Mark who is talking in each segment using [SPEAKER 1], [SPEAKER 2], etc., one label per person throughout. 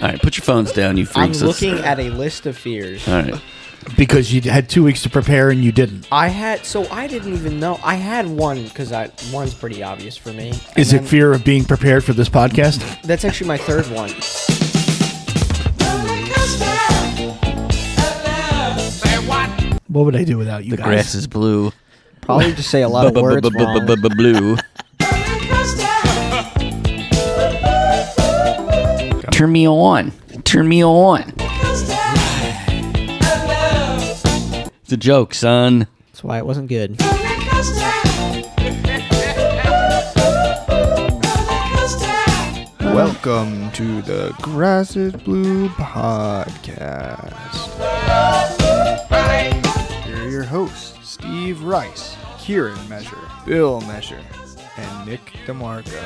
[SPEAKER 1] All right, put your phones down, you
[SPEAKER 2] I'm
[SPEAKER 1] freaks. Let's-
[SPEAKER 2] looking at a list of fears.
[SPEAKER 1] All right.
[SPEAKER 3] because you had two weeks to prepare and you didn't.
[SPEAKER 2] I had so I didn't even know I had one because I one's pretty obvious for me. And
[SPEAKER 3] Is
[SPEAKER 2] then-
[SPEAKER 3] it fear of being prepared for this podcast?
[SPEAKER 2] That's actually my third one.
[SPEAKER 3] What would I do without you
[SPEAKER 1] The
[SPEAKER 3] guys?
[SPEAKER 1] grass is blue.
[SPEAKER 2] Probably just say a lot of words wrong.
[SPEAKER 1] Blue. Turn me on. Turn me on. It's a joke, son.
[SPEAKER 2] That's why it wasn't good.
[SPEAKER 4] Welcome to the Grass is Blue podcast. Here are your hosts Steve Rice, Kieran Measure, Bill Measure, and Nick DeMarco.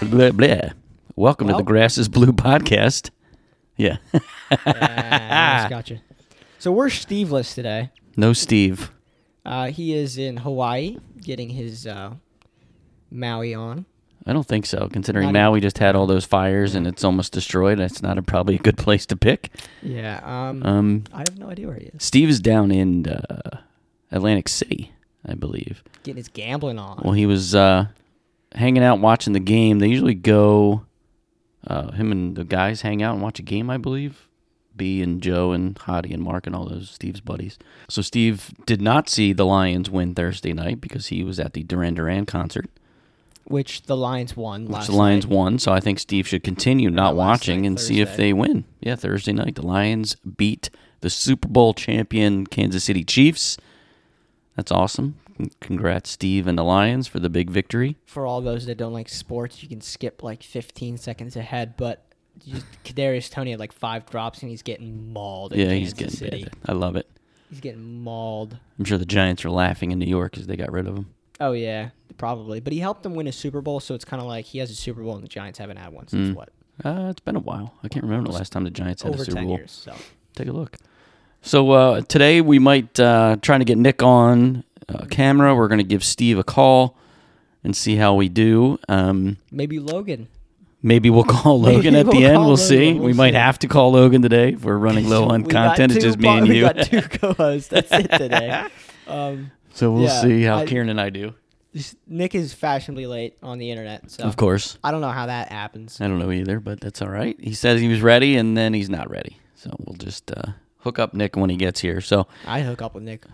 [SPEAKER 1] Blah, blah. Welcome to the Grass is Blue podcast. Yeah.
[SPEAKER 2] Ah, gotcha. So we're Steveless today.
[SPEAKER 1] no Steve.
[SPEAKER 2] Uh, he is in Hawaii getting his uh, Maui on.
[SPEAKER 1] I don't think so, considering
[SPEAKER 2] Not
[SPEAKER 1] now we just had all those fires and it's almost destroyed. That's not a, probably a good place to pick.
[SPEAKER 2] Yeah. Um,
[SPEAKER 1] Um,
[SPEAKER 2] I have no idea where he is.
[SPEAKER 1] Steve is down in uh, Atlantic City, I believe.
[SPEAKER 2] Getting his gambling on.
[SPEAKER 1] Well, he was uh, hanging out watching the game. They usually go, uh, him and the guys hang out and watch a game, I believe. B and Joe and Hottie and Mark and all those Steve's buddies. So Steve did not see the Lions win Thursday night because he was at the Duran Duran concert,
[SPEAKER 2] Which the Lions won
[SPEAKER 1] which
[SPEAKER 2] last
[SPEAKER 1] the Lions
[SPEAKER 2] night.
[SPEAKER 1] won. So I think Steve should continue not
[SPEAKER 2] last
[SPEAKER 1] watching
[SPEAKER 2] night,
[SPEAKER 1] and see if
[SPEAKER 2] Thursday.
[SPEAKER 1] they win. Yeah, Thursday night the Lions beat the Super Bowl champion Kansas City Chiefs. That's awesome. Congrats, Steve and the Lions, for the big victory.
[SPEAKER 2] For all those that don't like sports, you can skip like 15 seconds ahead, but you- Kadarius Tony had like five drops and he's getting mauled. in
[SPEAKER 1] Yeah, he's
[SPEAKER 2] Kansas
[SPEAKER 1] getting
[SPEAKER 2] City.
[SPEAKER 1] bad. I love it.
[SPEAKER 2] He's getting mauled.
[SPEAKER 1] I'm sure the Giants are laughing in New York because they got rid of him.
[SPEAKER 2] Oh yeah, probably. But he helped them win a Super Bowl, so it's kind of like he has a Super Bowl and the Giants haven't had one since what
[SPEAKER 1] Uh, it's been a while. I can't remember the last time the Giants had
[SPEAKER 2] over
[SPEAKER 1] a Super
[SPEAKER 2] ten
[SPEAKER 1] Bowl.
[SPEAKER 2] years. So
[SPEAKER 1] Take a look. So uh, today we might uh, trying to get Nick on uh, camera. We're going to give Steve a call and see how we do. Um,
[SPEAKER 2] maybe Logan.
[SPEAKER 1] maybe we'll call Logan at
[SPEAKER 2] we'll
[SPEAKER 1] the end.
[SPEAKER 2] call
[SPEAKER 1] We'll
[SPEAKER 2] Logan.
[SPEAKER 1] see.
[SPEAKER 2] We'll
[SPEAKER 1] we might
[SPEAKER 2] see.
[SPEAKER 1] have to call Logan today if we're running low on
[SPEAKER 2] We got
[SPEAKER 1] content. It's
[SPEAKER 2] two
[SPEAKER 1] just me and
[SPEAKER 2] bo-
[SPEAKER 1] you.
[SPEAKER 2] We got two co-hosts. That's it today. Um,
[SPEAKER 1] so we'll
[SPEAKER 2] Yeah,
[SPEAKER 1] see how
[SPEAKER 2] I-
[SPEAKER 1] Kieran and I do.
[SPEAKER 2] this- Nick is fashionably late on the internet, so
[SPEAKER 1] Of course.
[SPEAKER 2] I don't know how that happens.
[SPEAKER 1] I don't know either, but that's all right. He says he was ready, and then he's not ready. So we'll just uh, hook up Nick when he gets here. So, uh,
[SPEAKER 2] I hook up with Nick.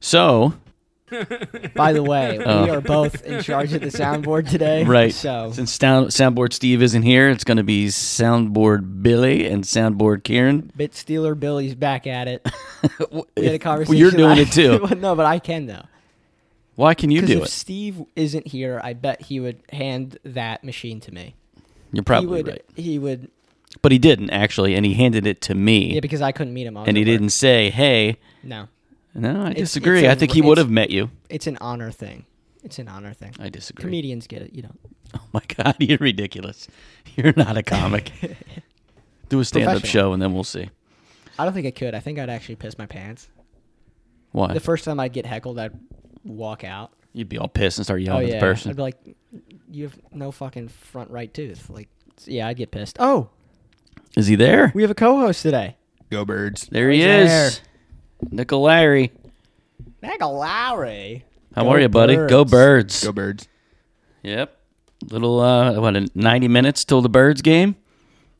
[SPEAKER 1] so
[SPEAKER 2] By the way,
[SPEAKER 1] Oh.
[SPEAKER 2] we are both in charge of the soundboard today.
[SPEAKER 1] right.
[SPEAKER 2] So
[SPEAKER 1] Since sound, soundboard Steve isn't here, it's going to be soundboard Billy and soundboard Kieran.
[SPEAKER 2] Bit Stealer Billy's back at it. We had a
[SPEAKER 1] If-
[SPEAKER 2] conversation.
[SPEAKER 1] You're doing
[SPEAKER 2] I-
[SPEAKER 1] it too.
[SPEAKER 2] no, but I can though.
[SPEAKER 1] Why can you
[SPEAKER 2] Because
[SPEAKER 1] do
[SPEAKER 2] if
[SPEAKER 1] it?
[SPEAKER 2] Steve isn't here, I bet he would hand that machine to me.
[SPEAKER 1] You're
[SPEAKER 2] he
[SPEAKER 1] probably
[SPEAKER 2] would.
[SPEAKER 1] right,
[SPEAKER 2] He would.
[SPEAKER 1] but he didn't actually, and he handed it to me,
[SPEAKER 2] Yeah, because I couldn't meet him. I was
[SPEAKER 1] and he
[SPEAKER 2] at work.
[SPEAKER 1] didn't say, "Hey."
[SPEAKER 2] No,
[SPEAKER 1] No, I
[SPEAKER 2] It's- it's
[SPEAKER 1] disagree.
[SPEAKER 2] a-
[SPEAKER 1] I think he
[SPEAKER 2] it's-
[SPEAKER 1] would have met you.
[SPEAKER 2] it's an honor thing. It's an honor thing.
[SPEAKER 1] I disagree.
[SPEAKER 2] Comedians get it. You know.
[SPEAKER 1] Oh my god, you're ridiculous. You're not a comic. do a stand-up
[SPEAKER 2] Professional.
[SPEAKER 1] show, and then we'll see.
[SPEAKER 2] I don't think I could. I think I'd actually piss my pants.
[SPEAKER 1] Why?
[SPEAKER 2] The first time I'd get heckled, I'd walk out.
[SPEAKER 1] You'd be all pissed and start
[SPEAKER 2] Oh
[SPEAKER 1] yelling at
[SPEAKER 2] yeah.
[SPEAKER 1] the person.
[SPEAKER 2] I'd be like, "You have no fucking front right tooth." Like, yeah, I'd get pissed. Oh,
[SPEAKER 1] Is he there?
[SPEAKER 2] we have a co-host today.
[SPEAKER 4] Go birds.
[SPEAKER 1] there he
[SPEAKER 2] He's
[SPEAKER 1] is. Nickel Larry.
[SPEAKER 2] Michael Lowry.
[SPEAKER 1] How
[SPEAKER 2] Go
[SPEAKER 1] are you, buddy? Go
[SPEAKER 2] Birds.
[SPEAKER 1] birds.
[SPEAKER 4] Go birds.
[SPEAKER 1] Yep. Little uh what uh, 90 minutes till the birds game.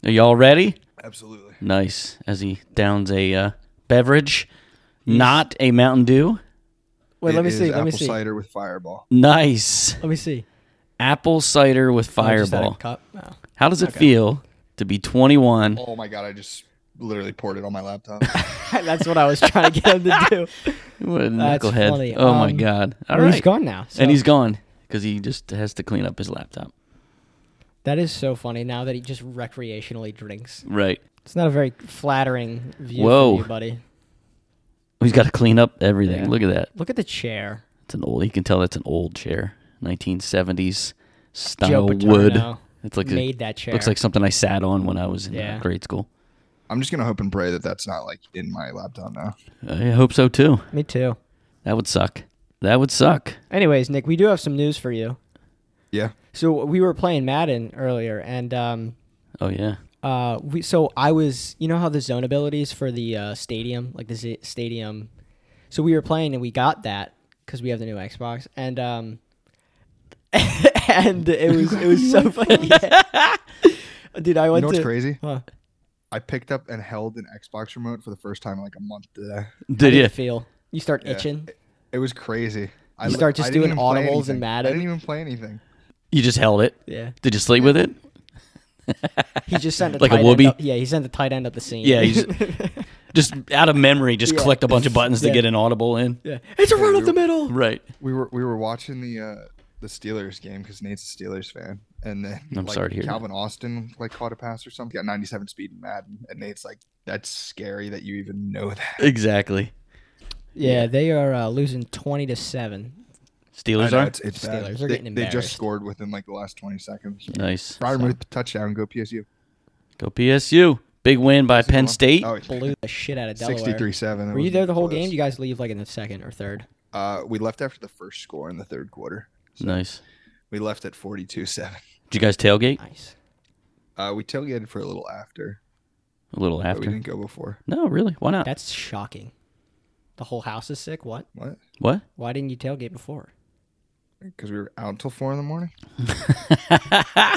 [SPEAKER 1] Are y'all ready?
[SPEAKER 4] Absolutely.
[SPEAKER 1] Nice. As he downs a uh, beverage. Not a Mountain Dew.
[SPEAKER 2] Wait,
[SPEAKER 4] It
[SPEAKER 2] let me
[SPEAKER 4] is
[SPEAKER 2] see. Let me
[SPEAKER 4] apple
[SPEAKER 2] see.
[SPEAKER 4] cider with fireball.
[SPEAKER 1] Nice.
[SPEAKER 2] Let me see.
[SPEAKER 1] Apple cider with
[SPEAKER 2] Oh, just out of
[SPEAKER 1] fireball.
[SPEAKER 2] Cup. Oh. No.
[SPEAKER 1] How does it feel to be 21?
[SPEAKER 4] Oh my god! I just literally poured it on my laptop.
[SPEAKER 2] That's what I was trying to get him to do.
[SPEAKER 1] What a
[SPEAKER 2] That's
[SPEAKER 1] knucklehead.
[SPEAKER 2] funny.
[SPEAKER 1] Oh my
[SPEAKER 2] Um,
[SPEAKER 1] god. All
[SPEAKER 2] Well,
[SPEAKER 1] right.
[SPEAKER 2] He's gone now. so-
[SPEAKER 1] And he's gone cuz he just has to clean up his laptop.
[SPEAKER 2] That is so funny now that he just recreationally drinks.
[SPEAKER 1] Right.
[SPEAKER 2] It's not a very flattering view
[SPEAKER 1] Whoa.
[SPEAKER 2] for you, buddy.
[SPEAKER 1] He's got to clean up everything. Look at that.
[SPEAKER 2] Look at the chair.
[SPEAKER 1] It's an old. You can tell that's an old chair, 1970s style
[SPEAKER 2] Joe
[SPEAKER 1] wood.
[SPEAKER 2] Paterno
[SPEAKER 1] It's like
[SPEAKER 2] made
[SPEAKER 1] a,
[SPEAKER 2] that chair.
[SPEAKER 1] Looks like something I sat on when I was in uh,
[SPEAKER 2] Yeah.
[SPEAKER 1] grade school.
[SPEAKER 4] I'm just gonna hope and pray that that's not like in my laptop now.
[SPEAKER 1] I hope so too.
[SPEAKER 2] me too.
[SPEAKER 1] That would suck. That would suck.
[SPEAKER 2] Anyways, Nick, we do have some news for you.
[SPEAKER 5] Yeah.
[SPEAKER 2] So we were playing Madden earlier, and um,
[SPEAKER 1] Oh yeah.
[SPEAKER 2] uh, we so I was you know how the zone abilities for the uh, stadium like the z- stadium, so we were playing and we got that because we have the new Xbox and um, and it was it was so funny. Dude, I
[SPEAKER 5] You
[SPEAKER 2] went
[SPEAKER 5] know what's
[SPEAKER 2] to
[SPEAKER 5] crazy?
[SPEAKER 2] Huh.
[SPEAKER 5] I picked up and held an Xbox remote for the first time in like a month today.
[SPEAKER 1] Did
[SPEAKER 2] how did
[SPEAKER 1] you?
[SPEAKER 2] it feel? You start
[SPEAKER 5] Yeah.
[SPEAKER 2] itching.
[SPEAKER 5] It was crazy. I
[SPEAKER 2] You
[SPEAKER 5] li-
[SPEAKER 2] start just
[SPEAKER 5] I didn't
[SPEAKER 2] doing
[SPEAKER 5] even play
[SPEAKER 2] audibles and
[SPEAKER 5] anything.
[SPEAKER 2] Madden?
[SPEAKER 5] I didn't even play anything.
[SPEAKER 1] You just held it.
[SPEAKER 2] Yeah.
[SPEAKER 1] Did you sleep with it?
[SPEAKER 2] He just sent a
[SPEAKER 1] Like a
[SPEAKER 2] tight
[SPEAKER 1] whoopee?
[SPEAKER 2] End up, yeah, he sent the tight end up the scene.
[SPEAKER 1] Yeah, he's- Just out of memory, just
[SPEAKER 2] Yeah.
[SPEAKER 1] clicked a bunch of buttons to
[SPEAKER 2] Yeah.
[SPEAKER 1] get an audible in.
[SPEAKER 2] yeah. It's a run up
[SPEAKER 5] we
[SPEAKER 2] the
[SPEAKER 5] were-
[SPEAKER 2] middle.
[SPEAKER 1] Right.
[SPEAKER 5] We were we were watching the uh, the Steelers game because Nate's a Steelers fan, and then
[SPEAKER 1] I'm
[SPEAKER 5] like,
[SPEAKER 1] sorry to hear that.
[SPEAKER 5] Calvin Austin like caught a pass or something. Got 97 speed in Madden, and Nate's like, "That's scary that you even know that."
[SPEAKER 1] Exactly.
[SPEAKER 2] Yeah, they are uh, losing twenty to seven.
[SPEAKER 5] I
[SPEAKER 1] Steelers
[SPEAKER 5] know,
[SPEAKER 1] are
[SPEAKER 5] it's, it's
[SPEAKER 2] Steelers
[SPEAKER 5] bad.
[SPEAKER 2] are
[SPEAKER 5] they,
[SPEAKER 2] getting
[SPEAKER 5] they just
[SPEAKER 2] embarrassed.
[SPEAKER 5] scored within like the last 20 seconds.
[SPEAKER 1] nice.
[SPEAKER 5] Brian touchdown, go PSU.
[SPEAKER 1] Go PSU. Big win by Penn State.
[SPEAKER 5] Oh, wait.
[SPEAKER 2] Blew the shit out of Delaware.
[SPEAKER 5] 63-7.
[SPEAKER 2] Were you there the whole game? Did You guys leave like in the second or third.
[SPEAKER 5] Uh, we left after the first score in the third quarter.
[SPEAKER 1] Nice.
[SPEAKER 5] We left at 42-7.
[SPEAKER 1] Did you guys tailgate
[SPEAKER 2] Nice.
[SPEAKER 5] Uh, we tailgated for a little after,
[SPEAKER 1] a little
[SPEAKER 5] but we
[SPEAKER 1] after?
[SPEAKER 5] didn't go before.
[SPEAKER 1] No, really. Why not?
[SPEAKER 2] That's shocking. The whole house is sick. What?
[SPEAKER 5] What?
[SPEAKER 1] What?
[SPEAKER 2] Why didn't you tailgate before?
[SPEAKER 5] Because we were out until four in the morning.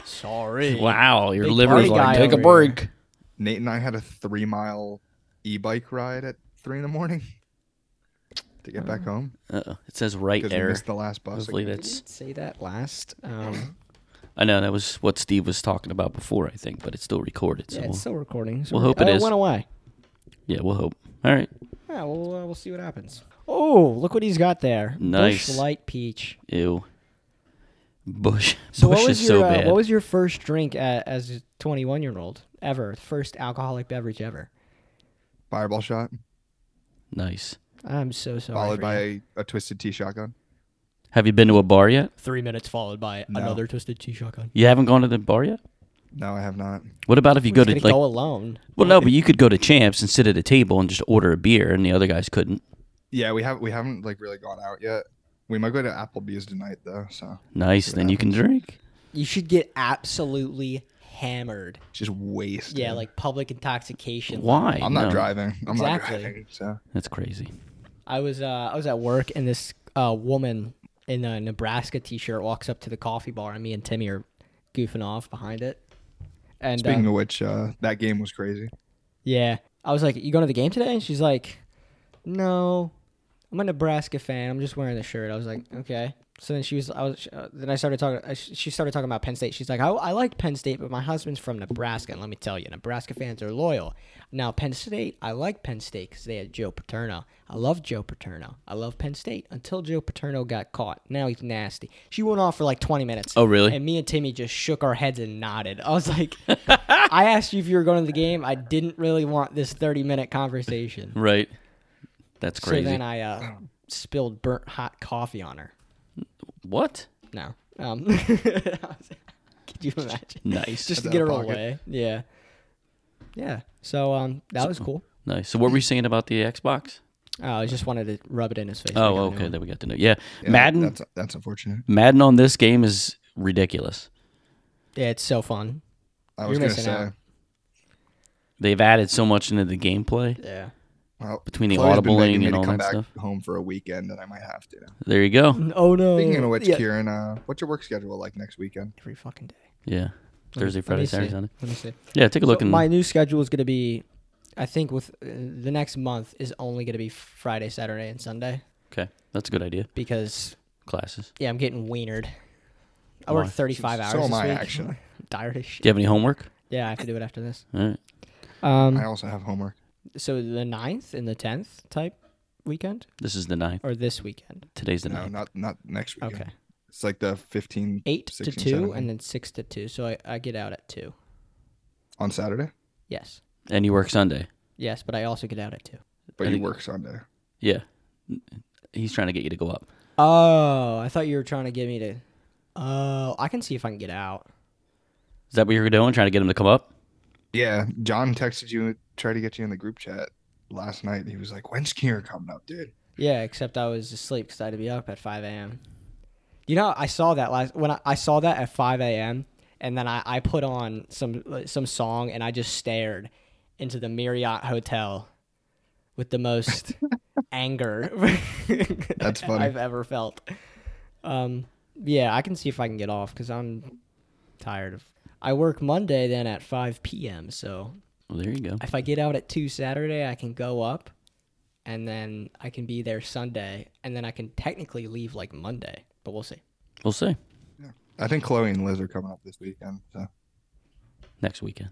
[SPEAKER 2] Sorry.
[SPEAKER 1] Wow, your
[SPEAKER 2] Big
[SPEAKER 1] liver's
[SPEAKER 2] party
[SPEAKER 1] like
[SPEAKER 2] guy
[SPEAKER 1] take a
[SPEAKER 2] over
[SPEAKER 1] break.
[SPEAKER 5] Nate and I had a three-mile e-bike ride at three in the morning to get
[SPEAKER 1] Oh.
[SPEAKER 5] back home
[SPEAKER 1] Uh-oh. It says right
[SPEAKER 5] because we
[SPEAKER 1] error.
[SPEAKER 5] missed the last bus.
[SPEAKER 1] Hopefully
[SPEAKER 5] Like,
[SPEAKER 1] that's.
[SPEAKER 2] Say that last. Um,
[SPEAKER 1] I know that was what Steve was talking about before. I think, but it's still recorded. So
[SPEAKER 2] yeah,
[SPEAKER 1] we'll-
[SPEAKER 2] it's still recording. So
[SPEAKER 1] we'll
[SPEAKER 2] we're-
[SPEAKER 1] hope it
[SPEAKER 2] oh,
[SPEAKER 1] is.
[SPEAKER 2] It went away.
[SPEAKER 1] yeah, we'll hope. All right.
[SPEAKER 2] Yeah, we'll uh, we'll see what happens. Oh, look what he's got there.
[SPEAKER 1] Nice.
[SPEAKER 2] Bush Light Peach.
[SPEAKER 1] Ew. Bush.
[SPEAKER 2] So
[SPEAKER 1] Bush
[SPEAKER 2] what was
[SPEAKER 1] is
[SPEAKER 2] your
[SPEAKER 1] so
[SPEAKER 2] uh,
[SPEAKER 1] bad.
[SPEAKER 2] what was your first drink a as a 21 year old ever? First alcoholic beverage ever.
[SPEAKER 5] Fireball shot
[SPEAKER 1] Oh, nice.
[SPEAKER 2] I'm so sorry.
[SPEAKER 5] followed
[SPEAKER 2] for
[SPEAKER 5] by
[SPEAKER 2] you.
[SPEAKER 5] a, a twisted T shotgun.
[SPEAKER 1] Have you been to a bar yet?
[SPEAKER 2] three minutes, followed by
[SPEAKER 5] No.
[SPEAKER 2] another twisted tea shotgun.
[SPEAKER 1] You haven't gone to the bar yet.
[SPEAKER 5] No, I have not.
[SPEAKER 1] What about if you
[SPEAKER 2] We're
[SPEAKER 1] go
[SPEAKER 2] just
[SPEAKER 1] to
[SPEAKER 2] gonna
[SPEAKER 1] like?
[SPEAKER 2] go alone.
[SPEAKER 1] well, no, but you could go to Champs and sit at a table and just order a beer, and the other guys couldn't.
[SPEAKER 5] Yeah, we have we haven't like really gone out yet. We might go to Applebee's tonight though, so
[SPEAKER 1] Nice. Then you can drink.
[SPEAKER 2] You should get absolutely hammered.
[SPEAKER 5] just waste.
[SPEAKER 2] Yeah, like public intoxication.
[SPEAKER 1] Why?
[SPEAKER 5] I'm not
[SPEAKER 1] No,
[SPEAKER 5] driving. I'm
[SPEAKER 2] Exactly.
[SPEAKER 5] not driving. So
[SPEAKER 1] That's crazy.
[SPEAKER 2] I was uh, I was at work and this uh, woman in a Nebraska t-shirt walks up to the coffee bar and me and Timmy are goofing off behind it. And uh,
[SPEAKER 5] speaking of which, uh, that game was crazy.
[SPEAKER 2] yeah, I was like, "You going to the game today?" And she's like, "No, I'm a Nebraska fan. I'm just wearing the shirt." I was like, "Okay." So then she was, I was, uh, then I started talking. I, she started talking about Penn State. She's like, I, "I like Penn State, but my husband's from Nebraska, and let me tell you, Nebraska fans are loyal." Now Penn State, I like Penn State because they had Joe Paterno. I love Joe Paterno. I love Penn State until Joe Paterno got caught. Now he's nasty. She went off for like 20 minutes.
[SPEAKER 1] Oh, really?
[SPEAKER 2] And me and Timmy just shook our heads and nodded. I was like, I asked you if you were going to the game. I didn't really want this 30 minute conversation.
[SPEAKER 1] Right. That's
[SPEAKER 2] So
[SPEAKER 1] crazy.
[SPEAKER 2] then I uh, spilled burnt hot coffee on her.
[SPEAKER 1] what?
[SPEAKER 2] No. Um, could you imagine?
[SPEAKER 1] Nice.
[SPEAKER 2] Just to
[SPEAKER 5] Out
[SPEAKER 2] get
[SPEAKER 5] of
[SPEAKER 2] her
[SPEAKER 5] pocket.
[SPEAKER 2] away. Yeah. Yeah. So um, that was cool.
[SPEAKER 1] nice. So what were we saying about the Xbox?
[SPEAKER 2] Oh, I just wanted to rub it in his face.
[SPEAKER 1] Oh,
[SPEAKER 2] Like, I
[SPEAKER 1] okay.
[SPEAKER 2] know.
[SPEAKER 1] Then we got to know. Yeah,
[SPEAKER 5] Yeah,
[SPEAKER 1] Madden.
[SPEAKER 5] That's that's unfortunate.
[SPEAKER 1] Madden on this game is ridiculous.
[SPEAKER 2] Yeah, it's so fun.
[SPEAKER 5] I
[SPEAKER 2] You're
[SPEAKER 5] was gonna
[SPEAKER 2] missing
[SPEAKER 5] say.
[SPEAKER 2] out.
[SPEAKER 1] They've added so much into the gameplay
[SPEAKER 2] Yeah.
[SPEAKER 5] Well,
[SPEAKER 1] between the
[SPEAKER 5] Chloe's been begging
[SPEAKER 1] audibling
[SPEAKER 5] me
[SPEAKER 1] and
[SPEAKER 5] to
[SPEAKER 1] all
[SPEAKER 5] come
[SPEAKER 1] that
[SPEAKER 5] back
[SPEAKER 1] stuff.
[SPEAKER 5] Home for a weekend, and I might have to.
[SPEAKER 1] There you go.
[SPEAKER 2] Oh no.
[SPEAKER 5] Speaking of which,
[SPEAKER 2] yeah.
[SPEAKER 5] Kieran, uh, what's your work schedule like next weekend?
[SPEAKER 2] Every fucking day.
[SPEAKER 1] Yeah,
[SPEAKER 2] Let me-
[SPEAKER 1] Thursday,
[SPEAKER 2] let me
[SPEAKER 1] Friday, Saturday,
[SPEAKER 2] see.
[SPEAKER 1] Sunday.
[SPEAKER 2] Let me see.
[SPEAKER 1] Yeah, take a look
[SPEAKER 2] So
[SPEAKER 1] and
[SPEAKER 2] my new schedule is going to be, I think, with uh, the next month is only going to be Friday, Saturday, and Sunday
[SPEAKER 1] okay. That's a good idea.
[SPEAKER 2] because
[SPEAKER 1] Classes.
[SPEAKER 2] yeah, I'm getting wienered. I
[SPEAKER 1] Why?
[SPEAKER 2] work 35 hours.
[SPEAKER 5] So
[SPEAKER 2] this
[SPEAKER 5] am I,
[SPEAKER 2] week.
[SPEAKER 5] actually.
[SPEAKER 2] I'm tired as shit.
[SPEAKER 1] Do you have any homework?
[SPEAKER 2] Yeah, I have to do it after this.
[SPEAKER 1] All right. Mm.
[SPEAKER 2] Um,
[SPEAKER 5] I also have homework.
[SPEAKER 2] so the 9th and the tenth type weekend
[SPEAKER 1] This is the ninth.
[SPEAKER 2] or this weekend?
[SPEAKER 1] Today's the
[SPEAKER 5] No,
[SPEAKER 1] ninth.
[SPEAKER 5] not not next weekend.
[SPEAKER 2] Okay,
[SPEAKER 5] It's like the 15
[SPEAKER 2] eight to
[SPEAKER 5] 16,
[SPEAKER 2] two
[SPEAKER 5] 17.
[SPEAKER 2] and then six to two. So I, I get out at two.
[SPEAKER 5] on Saturday,
[SPEAKER 2] Yes,
[SPEAKER 1] And you work Sunday.
[SPEAKER 2] yes, but I also get out at two.
[SPEAKER 5] but
[SPEAKER 1] I
[SPEAKER 5] you
[SPEAKER 1] think-
[SPEAKER 5] work Sunday.
[SPEAKER 1] Yeah. He's trying to get you to go up.
[SPEAKER 2] Oh, I thought you were trying to get me to. Oh, I can see if I can get out.
[SPEAKER 1] Is that what you were doing? Trying to get him to come up?
[SPEAKER 5] Yeah, John texted you, tried to get you in the group chat last night. He was like, "When's Kieran coming up, dude?"
[SPEAKER 2] Yeah, except I was asleep because I had to be up at 5 a.m. You know, I saw that last when I, I saw that at 5 a.m. and then I, I put on some like, some song and I just stared into the Marriott hotel with the most anger
[SPEAKER 4] That's funny.
[SPEAKER 2] I've ever felt. Um, yeah, I can see if I can get off because I'm tired of. I work Monday then at 5 p.m. So
[SPEAKER 1] Well, there you go.
[SPEAKER 2] if I get out at two Saturday, I can go up, and then I can be there Sunday, and then I can technically leave like Monday. But we'll see.
[SPEAKER 1] We'll see
[SPEAKER 4] I think Chloe and Liz are coming up this weekend. So
[SPEAKER 1] next weekend.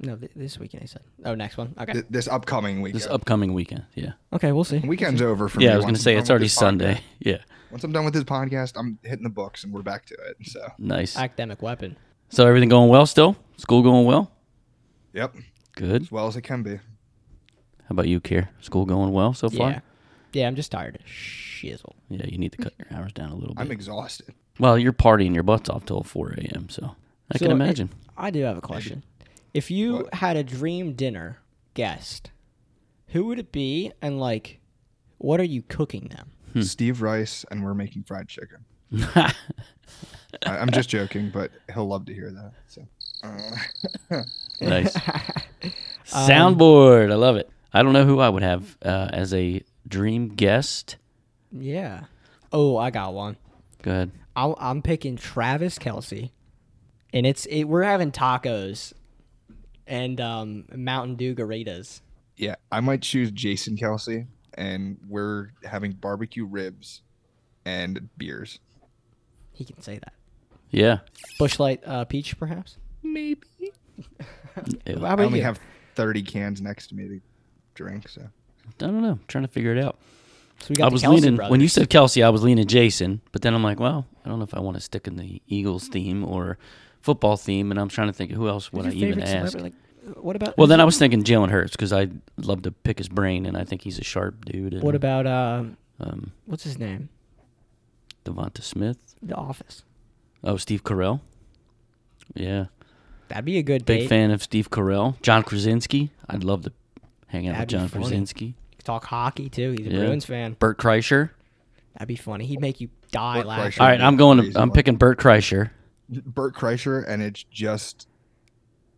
[SPEAKER 2] No, th- this weekend I said. Oh, next one. Okay.
[SPEAKER 4] Th- this upcoming weekend.
[SPEAKER 1] This upcoming weekend. Yeah.
[SPEAKER 2] okay, we'll see.
[SPEAKER 4] Weekend's over for me.
[SPEAKER 1] Yeah, I was going
[SPEAKER 4] Once
[SPEAKER 1] to
[SPEAKER 4] I'm
[SPEAKER 1] say
[SPEAKER 4] done
[SPEAKER 1] it's
[SPEAKER 4] with
[SPEAKER 1] already
[SPEAKER 4] this podcast-
[SPEAKER 1] Sunday. Yeah.
[SPEAKER 4] Once I'm done with this podcast, I'm hitting the books and we're back to it. So,
[SPEAKER 1] Nice.
[SPEAKER 2] Academic weapon.
[SPEAKER 1] So everything going well still? School going well?
[SPEAKER 4] yep,
[SPEAKER 1] Good.
[SPEAKER 4] as well as it can be.
[SPEAKER 1] How about you, Kier? School going well so far?
[SPEAKER 2] Yeah. Yeah, I'm just tired. as Shizzle.
[SPEAKER 1] Yeah, you need to cut your hours down a little bit.
[SPEAKER 4] I'm exhausted.
[SPEAKER 1] well, you're partying your butts off till 4 a.m., so I
[SPEAKER 2] So, uh,
[SPEAKER 1] can imagine.
[SPEAKER 2] I do have a question. If you
[SPEAKER 4] What?
[SPEAKER 2] had a dream dinner guest, who would it be, and like, what are you cooking them?
[SPEAKER 4] Steve Rice and we're making fried chicken. I, I'm just joking, but he'll love to hear that. So, uh,
[SPEAKER 1] nice.
[SPEAKER 2] Um,
[SPEAKER 1] Soundboard. I love it. I don't know who I would have uh, as a dream guest.
[SPEAKER 2] Yeah. Oh, I got one.
[SPEAKER 1] Go ahead.
[SPEAKER 2] I'll, I'm picking Travis Kelsey, and it's it, we're having tacos and um, Mountain Dew garitas.
[SPEAKER 4] yeah, I might choose Jason Kelsey, and we're having barbecue ribs and beers.
[SPEAKER 2] He can say that.
[SPEAKER 1] Yeah.
[SPEAKER 2] Bushlight uh, peach, perhaps.
[SPEAKER 1] Ew.
[SPEAKER 2] How
[SPEAKER 1] I
[SPEAKER 2] about
[SPEAKER 4] I only
[SPEAKER 2] you?
[SPEAKER 4] have 30 cans next to me to drink. So,
[SPEAKER 1] don't know. trying to figure it out.
[SPEAKER 2] So we
[SPEAKER 1] I
[SPEAKER 2] the
[SPEAKER 1] was
[SPEAKER 2] Kelsey
[SPEAKER 1] leaning when you
[SPEAKER 2] brothers.
[SPEAKER 1] said Kelsey. I was leaning Jason, but then I'm like, well, I don't know if I want to stick in the Eagles theme or football theme, and I'm trying to think who else would I
[SPEAKER 2] Who's your
[SPEAKER 1] even
[SPEAKER 2] favorite
[SPEAKER 1] ask.
[SPEAKER 2] celebrity? Like, what about?
[SPEAKER 1] Well, then I was thinking Jalen Hurts because I love to pick his brain, and I think he's a sharp dude. And,
[SPEAKER 2] What about um,
[SPEAKER 1] um,
[SPEAKER 2] what's his name?
[SPEAKER 1] Devonta Smith?
[SPEAKER 2] The Office.
[SPEAKER 1] Oh, Steve Carell. Yeah,
[SPEAKER 2] That'd be a good
[SPEAKER 1] big
[SPEAKER 2] date.
[SPEAKER 1] fan of Steve Carell. John Krasinski. I'd love to hang out
[SPEAKER 2] That'd be
[SPEAKER 1] with John
[SPEAKER 2] funny.
[SPEAKER 1] Krasinski.
[SPEAKER 2] Could Talk hockey too. He's a
[SPEAKER 1] Yeah.
[SPEAKER 2] Bruins fan.
[SPEAKER 1] Bert Kreischer.
[SPEAKER 2] That'd be funny. He'd make you die
[SPEAKER 4] Bert
[SPEAKER 2] laughing.
[SPEAKER 4] Kreischer.
[SPEAKER 1] All right, I'm going.
[SPEAKER 4] Crazy
[SPEAKER 1] To, I'm
[SPEAKER 4] one.
[SPEAKER 1] picking Bert Kreischer.
[SPEAKER 4] Bert Kreischer, and it's just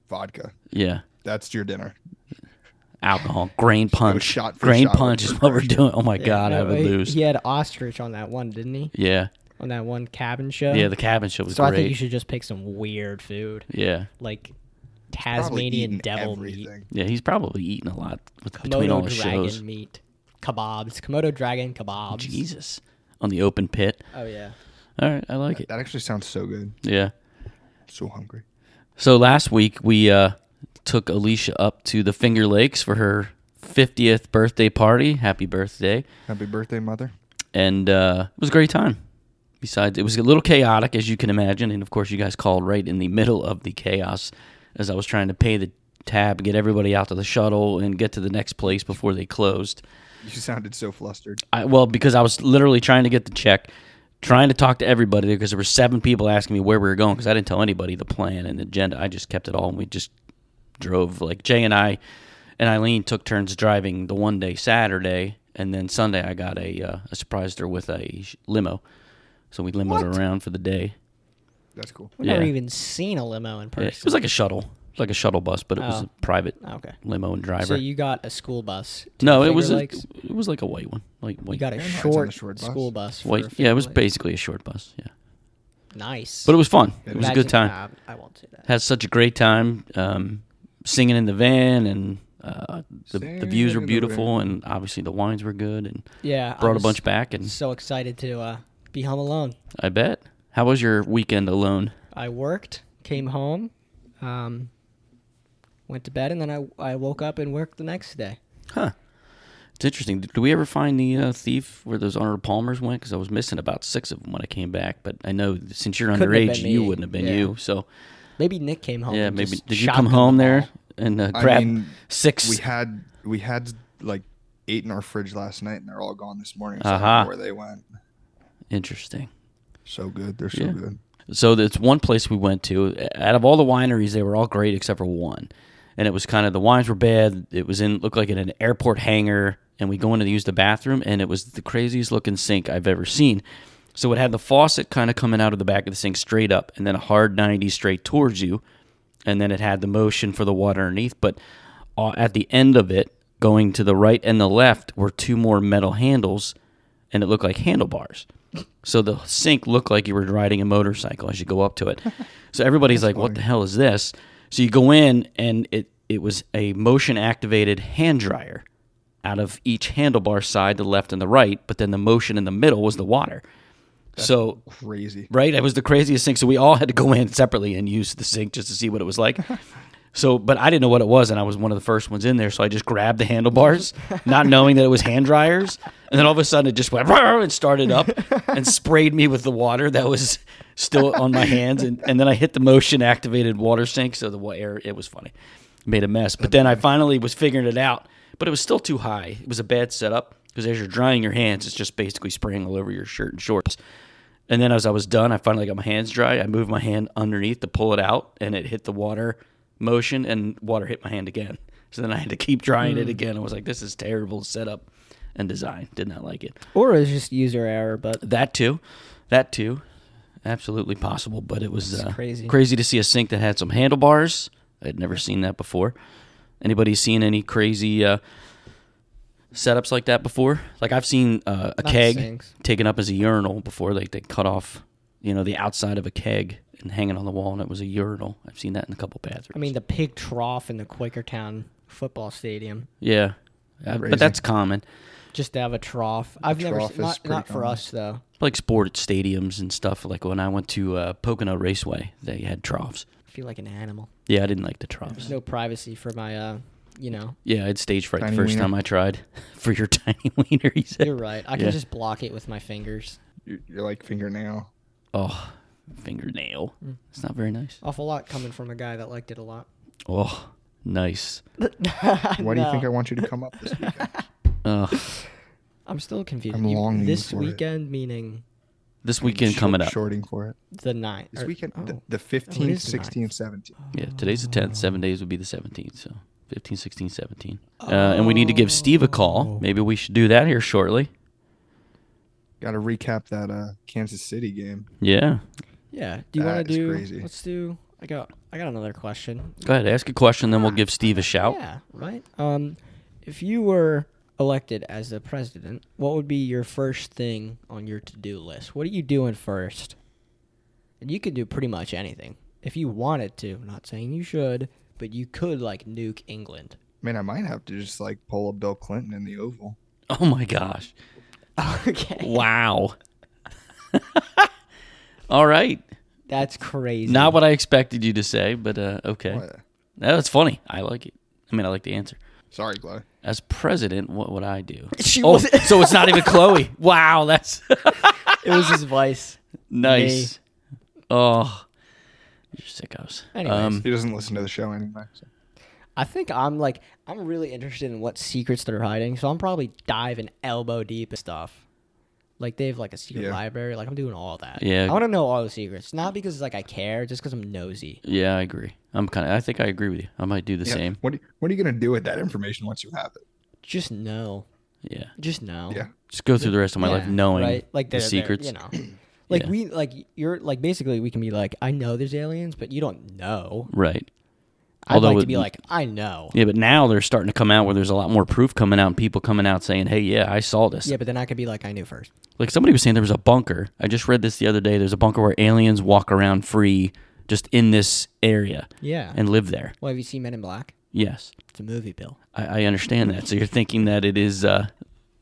[SPEAKER 4] vodka.
[SPEAKER 1] Yeah.
[SPEAKER 4] That's your dinner.
[SPEAKER 1] Alcohol, grain punch,
[SPEAKER 4] shot for
[SPEAKER 1] grain
[SPEAKER 4] shot with
[SPEAKER 1] punch is
[SPEAKER 4] Bert
[SPEAKER 1] what we're
[SPEAKER 4] Kreischer.
[SPEAKER 1] doing. Oh my god, I
[SPEAKER 2] No,
[SPEAKER 1] would
[SPEAKER 2] he-
[SPEAKER 1] lose.
[SPEAKER 2] He had ostrich on that one, didn't he?
[SPEAKER 1] Yeah.
[SPEAKER 2] On that one cabin show.
[SPEAKER 1] Yeah, the cabin show was
[SPEAKER 2] so
[SPEAKER 1] great.
[SPEAKER 2] I think you should just pick some weird food.
[SPEAKER 1] Yeah.
[SPEAKER 2] like
[SPEAKER 4] Probably
[SPEAKER 2] Tasmanian
[SPEAKER 4] eating
[SPEAKER 2] devil meat,
[SPEAKER 4] everything.
[SPEAKER 1] Yeah, he's probably eating a lot with, between all
[SPEAKER 2] Komodo
[SPEAKER 1] the
[SPEAKER 2] dragon
[SPEAKER 1] shows.
[SPEAKER 2] meat, kebabs, Komodo dragon kebabs.
[SPEAKER 1] Jesus. On the open pit.
[SPEAKER 2] Oh yeah,
[SPEAKER 1] All right, I like it.
[SPEAKER 4] That actually sounds so good.
[SPEAKER 1] Yeah.
[SPEAKER 4] So hungry.
[SPEAKER 1] So last week we uh, took Alicia up to the Finger Lakes for her 50th birthday party. Happy birthday.
[SPEAKER 4] Happy birthday, mother.
[SPEAKER 1] And uh, it was a great time. Besides, it was a little chaotic, as you can imagine. And of course, you guys called right in the middle of the chaos as I was trying to pay the tab, get everybody out to the shuttle, and get to the next place before they closed.
[SPEAKER 4] You sounded so flustered.
[SPEAKER 1] I, well, because I was literally trying to get the check, trying to talk to everybody because there were seven people asking me where we were going because I didn't tell anybody the plan and the agenda. I just kept it all and we just drove. Like Jay and I and Eileen took turns driving the one day Saturday, and then Sunday I got a uh, I surprised her with a sh- limo, so we limoed around for the day.
[SPEAKER 4] That's cool.
[SPEAKER 2] we've
[SPEAKER 1] Yeah.
[SPEAKER 2] never even seen a limo in person.
[SPEAKER 1] It was like a shuttle, it was like a shuttle bus, but it was
[SPEAKER 2] Oh.
[SPEAKER 1] a private
[SPEAKER 2] okay.
[SPEAKER 1] limo and driver.
[SPEAKER 2] So you got a school bus? to
[SPEAKER 1] no, it
[SPEAKER 2] the Finger
[SPEAKER 1] was a,
[SPEAKER 2] Lakes?
[SPEAKER 1] it was like a white one, like
[SPEAKER 2] you
[SPEAKER 1] white,
[SPEAKER 2] got a
[SPEAKER 4] Fahrenheit's on
[SPEAKER 2] short,
[SPEAKER 4] the short bus.
[SPEAKER 2] school bus. for
[SPEAKER 1] white.
[SPEAKER 2] Finger
[SPEAKER 1] Yeah, it was
[SPEAKER 2] Lakes.
[SPEAKER 1] basically a short bus. Yeah.
[SPEAKER 2] nice.
[SPEAKER 1] But it was fun. It was a good
[SPEAKER 2] Imagine-
[SPEAKER 1] time.
[SPEAKER 2] nah, I won't say that.
[SPEAKER 1] Had such a great time um, singing in the van, and uh, the, the views were
[SPEAKER 4] Singing in the
[SPEAKER 1] beautiful, and obviously the wines were good, and
[SPEAKER 2] Yeah, I
[SPEAKER 1] brought a
[SPEAKER 2] was
[SPEAKER 1] bunch back. And
[SPEAKER 2] So excited to uh, be home alone.
[SPEAKER 1] I bet. How was your weekend alone?
[SPEAKER 2] I worked, came home, um, went to bed, and then I I woke up and worked the next day.
[SPEAKER 1] Huh. It's interesting. Did we ever find the uh, thief where those Arnold Palmers went? Because I was missing about six of them when I came back. But I know since you're
[SPEAKER 2] Couldn't have
[SPEAKER 1] underage,
[SPEAKER 2] been
[SPEAKER 1] you
[SPEAKER 2] me.
[SPEAKER 1] wouldn't have been
[SPEAKER 2] Yeah.
[SPEAKER 1] you. So
[SPEAKER 2] Maybe Nick came home.
[SPEAKER 1] yeah,
[SPEAKER 2] and
[SPEAKER 1] maybe
[SPEAKER 2] just
[SPEAKER 1] did you
[SPEAKER 2] shotgunned
[SPEAKER 1] come
[SPEAKER 2] the
[SPEAKER 1] home
[SPEAKER 2] ball.
[SPEAKER 1] there and uh,
[SPEAKER 4] I
[SPEAKER 1] grab
[SPEAKER 4] mean,
[SPEAKER 1] six?
[SPEAKER 4] We had we had like eight in our fridge last night, and they're all gone this morning. So I
[SPEAKER 1] Aha.
[SPEAKER 4] don't know where they went?
[SPEAKER 1] interesting.
[SPEAKER 4] So good. They're so
[SPEAKER 1] Yeah.
[SPEAKER 4] good.
[SPEAKER 1] So that's one place we went to. Out of all the wineries, they were all great except for one, and it was kind of the wines were bad. It was in looked like in an airport hangar, and we go in to use the bathroom, and it was the craziest looking sink I've ever seen. So it had the faucet kind of coming out of the back of the sink straight up, and then a hard ninety straight towards you, and then it had the motion for the water underneath. But uh, at the end of it, going to the right and the left, were two more metal handles, and it looked like handlebars. So the sink looked like you were riding a motorcycle as you go up to it. So everybody's like, "What the hell is this?" So you go in, and it it was a motion activated hand dryer out of each handlebar side, the left and the right. But then the motion in the middle was the water. so
[SPEAKER 4] Crazy.
[SPEAKER 1] Right? It was the craziest thing. So we all had to go in separately and use the sink just to see what it was like. So, but I didn't know what it was, and I was one of the first ones in there. So I just grabbed the handlebars, not knowing that it was hand dryers. And then all of a sudden, it just went "Rawr," and started up and sprayed me with the water that was still on my hands. And, and then I hit the motion activated water sink. So the wa- air, it was funny, made a mess. But then I finally was figuring it out, but it was still too high. It was a bad setup because as you're drying your hands, it's just basically spraying all over your shirt and shorts. And then as I was done, I finally got my hands dry. I moved my hand underneath to pull it out, and it hit the water motion, and water hit my hand again. So then I had to keep drying it again. I was like, this is terrible setup and design. Did not like it.
[SPEAKER 2] Or it was just user error, but
[SPEAKER 1] That too, that too, absolutely possible. But it was uh,
[SPEAKER 2] crazy.
[SPEAKER 1] crazy to see a sink that had some handlebars. I had never seen that before. Anybody seen any crazy uh, setups like that before? Like I've seen uh, a
[SPEAKER 2] Not
[SPEAKER 1] keg
[SPEAKER 2] sinks.
[SPEAKER 1] taken up as a urinal before. Like they cut off, you know, the outside of a keg and hanging on the wall, and it was a urinal. I've seen that in a couple bathrooms.
[SPEAKER 2] I mean the pig trough in the Quakertown football stadium.
[SPEAKER 1] yeah, Uh,
[SPEAKER 4] Crazy.
[SPEAKER 1] but that's common.
[SPEAKER 2] Just to have a trough. I've never
[SPEAKER 4] trough
[SPEAKER 2] s-
[SPEAKER 4] is
[SPEAKER 2] not,
[SPEAKER 4] pretty
[SPEAKER 2] not for
[SPEAKER 4] common.
[SPEAKER 2] us though.
[SPEAKER 1] Like sports stadiums and stuff. Like when I went to uh, Pocono Raceway, they had troughs.
[SPEAKER 2] I feel like an animal.
[SPEAKER 1] Yeah, I didn't like the
[SPEAKER 2] There's
[SPEAKER 1] troughs.
[SPEAKER 2] no privacy for my uh you know.
[SPEAKER 1] Yeah, I had stage fright
[SPEAKER 4] Tiny
[SPEAKER 1] the first
[SPEAKER 4] wiener.
[SPEAKER 1] time I tried for your tiny wiener. He said,
[SPEAKER 2] You're right. I can
[SPEAKER 1] Yeah.
[SPEAKER 2] just block it with my fingers.
[SPEAKER 4] You're, you're like fingernail.
[SPEAKER 1] "Oh, fingernail.
[SPEAKER 4] Mm.
[SPEAKER 1] It's not very nice."
[SPEAKER 2] Awful lot coming from a guy that liked it a lot.
[SPEAKER 1] Oh, nice.
[SPEAKER 4] Why do you think
[SPEAKER 2] No.
[SPEAKER 4] I want you to come up this weekend?
[SPEAKER 1] Ugh.
[SPEAKER 2] I'm still confused.
[SPEAKER 4] I'm
[SPEAKER 2] You-
[SPEAKER 4] longing
[SPEAKER 2] this
[SPEAKER 4] for it.
[SPEAKER 2] weekend meaning
[SPEAKER 1] this weekend
[SPEAKER 4] Short-
[SPEAKER 1] coming up.
[SPEAKER 4] Shorting for it.
[SPEAKER 2] the ninth.
[SPEAKER 4] This
[SPEAKER 2] or-
[SPEAKER 4] weekend, the,
[SPEAKER 2] oh.
[SPEAKER 4] the
[SPEAKER 2] Oh, it
[SPEAKER 4] 15th,
[SPEAKER 2] is the
[SPEAKER 4] 16th, 17th.
[SPEAKER 1] Yeah, today's the 10th. Seven days would be the 17th. So 15, 16, 17. Uh, and we need to give Steve a
[SPEAKER 4] Oh.
[SPEAKER 1] call. Maybe we should do that here shortly.
[SPEAKER 4] Got to recap that uh, Kansas City game.
[SPEAKER 1] Yeah.
[SPEAKER 2] Yeah. Do you want to
[SPEAKER 4] That is
[SPEAKER 2] do?
[SPEAKER 4] crazy.
[SPEAKER 2] Let's do. I got. I got another question.
[SPEAKER 1] Go ahead, ask a question, then we'll give Steve a
[SPEAKER 4] Oh.
[SPEAKER 1] shout.
[SPEAKER 2] Yeah. Right. Um, if you were elected as the president, what would be your first thing on your to-do list? What are you doing first? And you could do pretty much anything if you wanted to. I'm not saying you should, but you could like nuke England.
[SPEAKER 4] Man, I might have to just like pull up Bill Clinton in the Oval.
[SPEAKER 1] Oh my gosh.
[SPEAKER 2] okay.
[SPEAKER 1] Wow. All right.
[SPEAKER 2] That's crazy.
[SPEAKER 1] Not what I expected you to say, but uh, okay.
[SPEAKER 4] What?
[SPEAKER 1] That was funny. I like it. I mean, I like the answer.
[SPEAKER 4] Sorry, Chloe.
[SPEAKER 1] As president, what would I do?
[SPEAKER 2] She
[SPEAKER 1] oh,
[SPEAKER 2] wasn't-
[SPEAKER 1] so it's not even Chloe. Wow, that's
[SPEAKER 2] it was his vice.
[SPEAKER 1] nice. Oh, you're sickos.
[SPEAKER 2] Anyways.
[SPEAKER 1] Um,
[SPEAKER 4] He doesn't listen to the show anyway. so.
[SPEAKER 2] I think I'm like I'm really interested in what secrets they're hiding, so I'm probably diving elbow deep in stuff. Like they have like a secret
[SPEAKER 4] Yeah.
[SPEAKER 2] library. Like I'm doing all that.
[SPEAKER 1] Yeah.
[SPEAKER 2] I want to know all the secrets, not because like I care, just because I'm nosy.
[SPEAKER 1] yeah, I agree. I'm kind of. I think I agree with you. I might do the
[SPEAKER 4] Yeah,
[SPEAKER 1] same.
[SPEAKER 4] What are, you- what are you going to do with that information once you have it?
[SPEAKER 2] Just know,
[SPEAKER 1] Yeah.
[SPEAKER 2] just know.
[SPEAKER 4] Yeah.
[SPEAKER 1] Just go through the rest of my life
[SPEAKER 2] Yeah,
[SPEAKER 1] knowing
[SPEAKER 2] right? like
[SPEAKER 1] the
[SPEAKER 2] they're- they're-
[SPEAKER 1] secrets.
[SPEAKER 2] You know, like
[SPEAKER 1] Yeah.
[SPEAKER 2] we like you're like basically we can be like I know there's aliens, but you don't know.
[SPEAKER 1] Right.
[SPEAKER 2] I'd
[SPEAKER 1] Although
[SPEAKER 2] like
[SPEAKER 1] it-
[SPEAKER 2] to be like I know.
[SPEAKER 1] Yeah, but now they're starting to come out where there's a lot more proof coming out and people coming out saying, "Hey, yeah, I saw this."
[SPEAKER 2] Yeah, but then I could be like I knew first.
[SPEAKER 1] Like somebody was saying there was a bunker. I just read this the other day. There's a bunker where aliens walk around free just in this area
[SPEAKER 2] Yeah.
[SPEAKER 1] and live there.
[SPEAKER 2] well, have you seen Men in Black?
[SPEAKER 1] Yes.
[SPEAKER 2] It's a movie, Bill.
[SPEAKER 1] I, I understand that. So you're thinking that it is uh,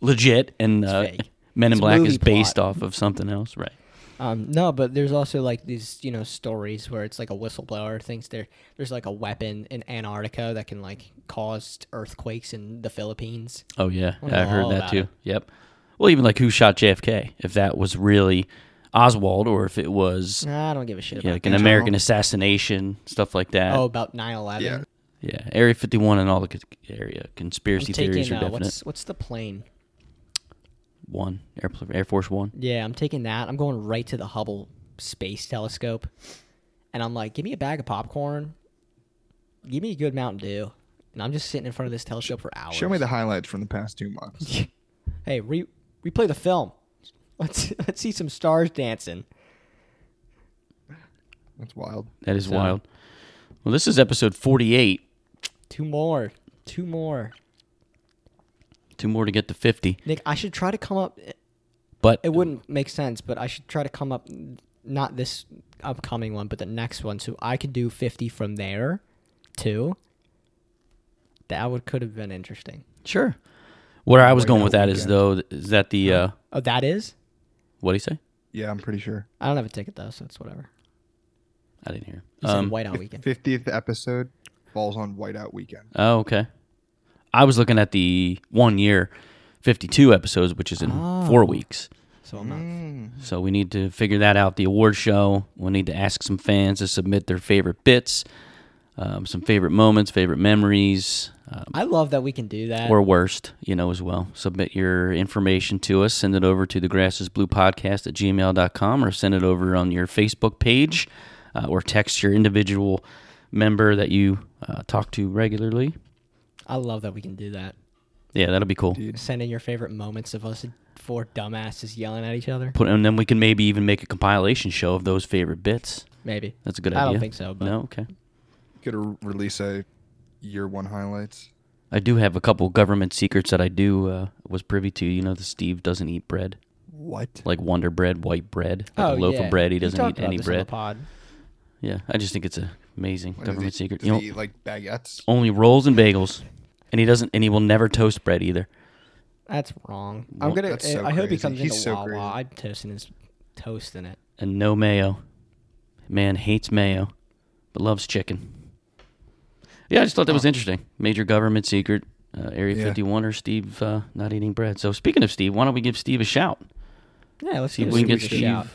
[SPEAKER 1] legit and uh,
[SPEAKER 2] fake.
[SPEAKER 1] Men in
[SPEAKER 2] It's a
[SPEAKER 1] Black
[SPEAKER 2] movie
[SPEAKER 1] is based
[SPEAKER 2] plot.
[SPEAKER 1] off of something else, right?
[SPEAKER 2] Um, no, but there's also like these, you know, stories where it's like a whistleblower thinks there there's like a weapon in Antarctica that can like cause earthquakes in the Philippines.
[SPEAKER 1] Oh yeah,
[SPEAKER 2] Wanna
[SPEAKER 1] I
[SPEAKER 2] know
[SPEAKER 1] heard
[SPEAKER 2] all
[SPEAKER 1] that
[SPEAKER 2] about
[SPEAKER 1] too.
[SPEAKER 2] it.
[SPEAKER 1] Yep. Well, even like who shot JFK? If that was really Oswald or if it was
[SPEAKER 2] Nah, I don't give a shit.
[SPEAKER 1] yeah,
[SPEAKER 2] about
[SPEAKER 1] like an
[SPEAKER 2] that.
[SPEAKER 1] American assassination, stuff like that.
[SPEAKER 2] Oh, about 9/11.
[SPEAKER 4] Yeah.
[SPEAKER 1] Yeah, Area 51 and all the cons- area
[SPEAKER 2] I'm
[SPEAKER 1] conspiracy theories
[SPEAKER 2] taking
[SPEAKER 1] are
[SPEAKER 2] uh,
[SPEAKER 1] definite.
[SPEAKER 2] what's what's the plane?
[SPEAKER 1] One Air, Air Force One.
[SPEAKER 2] Yeah, I'm taking that. I'm going right to the Hubble Space Telescope, and I'm like, give me a bag of popcorn give me a good Mountain Dew, and I'm just sitting in front of this telescope for hours.
[SPEAKER 4] Show me the highlights from the past two months.
[SPEAKER 2] Hey, re replay the film. Let's let's see some stars dancing.
[SPEAKER 4] That's wild.
[SPEAKER 1] That is wild. Well, this is episode 48.
[SPEAKER 2] Two more. Two more.
[SPEAKER 1] Two more to get to 50.
[SPEAKER 2] Nick, I should try to come up.
[SPEAKER 1] But
[SPEAKER 2] It wouldn't make sense, but I should try to come up not this upcoming one, but the next one, so I could do fifty from there, too. That would could have been interesting.
[SPEAKER 1] sure. Where I was
[SPEAKER 4] Right
[SPEAKER 1] going
[SPEAKER 4] now,
[SPEAKER 1] with that is
[SPEAKER 4] weekend.
[SPEAKER 1] though th- is that the uh,
[SPEAKER 2] Oh, that is.
[SPEAKER 1] what do you say?
[SPEAKER 4] Yeah, I'm pretty sure.
[SPEAKER 2] I don't have a ticket though, so it's whatever.
[SPEAKER 1] I didn't hear.
[SPEAKER 2] It's
[SPEAKER 1] Um,
[SPEAKER 2] Whiteout weekend.
[SPEAKER 4] Fiftieth episode falls on Whiteout weekend.
[SPEAKER 1] oh, okay. I was looking at the one year, fifty-two episodes, which is in four weeks.
[SPEAKER 2] So I'm not.
[SPEAKER 1] So we need to figure that out. The award show. We'll need to ask some fans to submit their favorite bits, um, some favorite moments, favorite memories, um,
[SPEAKER 2] I love that we can do that.
[SPEAKER 1] or worst, you know, as well. Submit your information to us. Send it over to the grass is blue podcast at gmail.com or send it over on your Facebook page uh, or text your individual member that you uh, talk to regularly.
[SPEAKER 2] I love that we can do that.
[SPEAKER 1] Yeah, that'll be cool.
[SPEAKER 2] Send in your favorite moments of us four dumbasses yelling at each other.
[SPEAKER 1] Put, and then we can maybe even make a compilation show of those favorite bits.
[SPEAKER 2] Maybe.
[SPEAKER 1] That's a good
[SPEAKER 2] I
[SPEAKER 1] idea.
[SPEAKER 2] don't think so, but-
[SPEAKER 1] no, okay.
[SPEAKER 4] Could re- release a year one highlights.
[SPEAKER 1] I do have a couple government secrets that I do uh, was privy to. You know, the Steve doesn't eat bread,
[SPEAKER 4] What?
[SPEAKER 1] like Wonder Bread, white bread, like a loaf
[SPEAKER 2] Oh, yeah.
[SPEAKER 1] of bread. He
[SPEAKER 2] You
[SPEAKER 1] doesn't
[SPEAKER 2] talked
[SPEAKER 1] eat
[SPEAKER 2] about
[SPEAKER 1] any
[SPEAKER 2] this on the
[SPEAKER 1] bread.
[SPEAKER 2] pod.
[SPEAKER 1] Yeah, I just think it's a amazing
[SPEAKER 4] What, does
[SPEAKER 1] government
[SPEAKER 4] he-
[SPEAKER 1] secret.
[SPEAKER 4] does
[SPEAKER 1] You Oh. know,
[SPEAKER 4] he eat, like baguettes.
[SPEAKER 1] only rolls and bagels, and he doesn't, and he will never toast bread either.
[SPEAKER 2] That's wrong. I'm gonna. eh,
[SPEAKER 4] That's so
[SPEAKER 2] I hope he
[SPEAKER 4] crazy.
[SPEAKER 2] comes
[SPEAKER 4] He's
[SPEAKER 2] into
[SPEAKER 4] so
[SPEAKER 2] Wawa.
[SPEAKER 4] crazy.
[SPEAKER 2] I'm toasting his toasting it.
[SPEAKER 1] And no mayo. Man hates mayo, but loves chicken. Yeah, I just thought that was interesting. Major government secret, uh, Area
[SPEAKER 4] Yeah.
[SPEAKER 1] 51 or Steve uh, not eating bread. So speaking of Steve, why don't we give Steve a shout?
[SPEAKER 2] Yeah, let's
[SPEAKER 1] See
[SPEAKER 2] give
[SPEAKER 1] if we
[SPEAKER 2] Steve
[SPEAKER 1] can get
[SPEAKER 2] a
[SPEAKER 1] Steve
[SPEAKER 2] shout.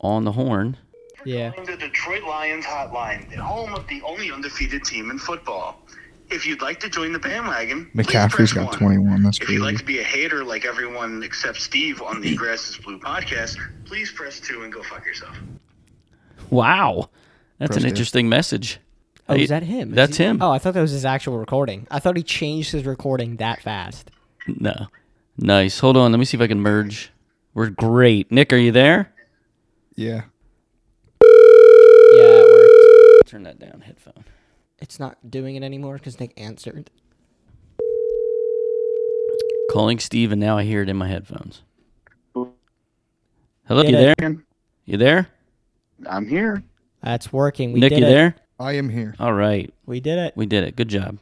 [SPEAKER 1] on the horn.
[SPEAKER 2] Yeah.
[SPEAKER 6] calling the Detroit Lions hotline, the home of the only undefeated team in football. If you'd like to join the bandwagon, please
[SPEAKER 4] McCaffrey's
[SPEAKER 6] press
[SPEAKER 4] got
[SPEAKER 6] one.
[SPEAKER 4] 21. That's
[SPEAKER 6] If you'd like to
[SPEAKER 4] crazy.
[SPEAKER 6] be a hater like everyone except Steve on the Grass is Blue podcast, please press two and go fuck yourself.
[SPEAKER 1] Wow, that's
[SPEAKER 4] Press
[SPEAKER 1] an
[SPEAKER 4] two.
[SPEAKER 1] interesting message.
[SPEAKER 2] Oh,
[SPEAKER 1] Hey,
[SPEAKER 2] is that him? Is
[SPEAKER 1] That's
[SPEAKER 2] he-
[SPEAKER 1] him.
[SPEAKER 2] Oh, I thought that was his actual recording. I thought he changed his recording that fast.
[SPEAKER 1] No, nice. Hold on, let me see if I can merge. We're great. Nick, are you there?
[SPEAKER 4] Yeah.
[SPEAKER 2] Yeah, it worked.
[SPEAKER 1] Turn that down, headphone.
[SPEAKER 2] It's not doing it anymore because Nick answered.
[SPEAKER 1] Calling Steve, and now I hear it in my headphones. Hello,
[SPEAKER 2] Did
[SPEAKER 1] you
[SPEAKER 2] it.
[SPEAKER 1] there? You there?
[SPEAKER 6] I'm here.
[SPEAKER 2] That's working. We
[SPEAKER 1] Nick,
[SPEAKER 2] did
[SPEAKER 1] you
[SPEAKER 2] it.
[SPEAKER 1] there?
[SPEAKER 4] I am here.
[SPEAKER 1] All right,
[SPEAKER 2] We did it.
[SPEAKER 1] we did it. Good job.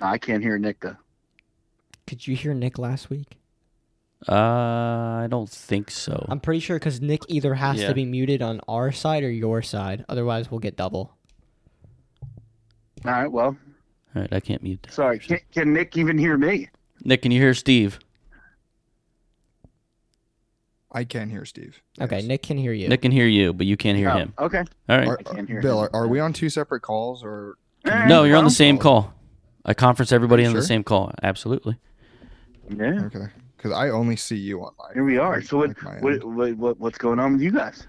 [SPEAKER 6] I can't hear Nick though.
[SPEAKER 2] Could you hear Nick last week?
[SPEAKER 1] Uh, I don't think so.
[SPEAKER 2] I'm pretty sure because Nick either has
[SPEAKER 1] Yeah.
[SPEAKER 2] to be muted on our side or your side. Otherwise, we'll get double.
[SPEAKER 6] All right. Well,
[SPEAKER 1] All right, I can't mute. that.
[SPEAKER 6] sorry. Can, can Nick even hear me?
[SPEAKER 1] Nick, can you hear Steve?
[SPEAKER 4] I can hear Steve.
[SPEAKER 2] Okay,
[SPEAKER 4] Yes.
[SPEAKER 2] Nick can hear you.
[SPEAKER 1] Nick can hear you, but you can't hear
[SPEAKER 6] Oh,
[SPEAKER 1] him.
[SPEAKER 6] Okay.
[SPEAKER 1] All right.
[SPEAKER 4] Are-
[SPEAKER 6] I can't hear
[SPEAKER 4] Bill,
[SPEAKER 6] him.
[SPEAKER 4] are, are we on two separate calls or
[SPEAKER 6] Eh,
[SPEAKER 1] No, you're on the
[SPEAKER 6] well,
[SPEAKER 1] same call. I conference everybody
[SPEAKER 4] Are you
[SPEAKER 1] on the
[SPEAKER 4] sure?
[SPEAKER 1] same call. Absolutely.
[SPEAKER 6] Yeah.
[SPEAKER 4] okay? Because I only see you on my.
[SPEAKER 6] Here we are. So what,
[SPEAKER 4] like my
[SPEAKER 6] what,
[SPEAKER 4] end.
[SPEAKER 6] what, what what's going on with you guys?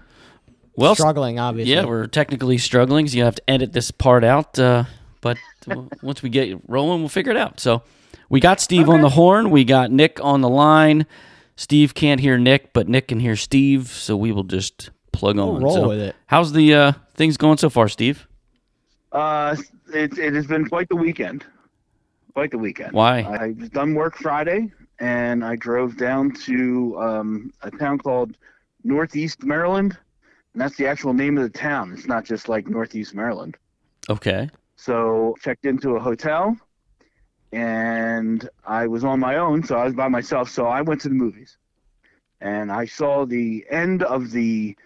[SPEAKER 1] Well, s-
[SPEAKER 2] struggling obviously.
[SPEAKER 1] yeah, we're technically struggling. So you have to edit this part out. Uh, but w- once we get rolling, we'll figure it out. So we got Steve on the horn. We got Nick on the line. Steve can't hear Nick, but Nick can hear Steve. So we will just plug on.
[SPEAKER 2] roll
[SPEAKER 1] So
[SPEAKER 2] with it.
[SPEAKER 1] How's the uh, things going so far, Steve?
[SPEAKER 6] Uh, it, it has been quite the weekend. Quite the weekend.
[SPEAKER 1] Why?
[SPEAKER 6] I was done work Friday, and I drove down to um, a town called Northeast Maryland, and that's the actual name of the town. It's not just like Northeast Maryland.
[SPEAKER 1] Okay.
[SPEAKER 6] So checked into a hotel, and I was on my own, so I was by myself. So I went to the movies, and I saw the end of the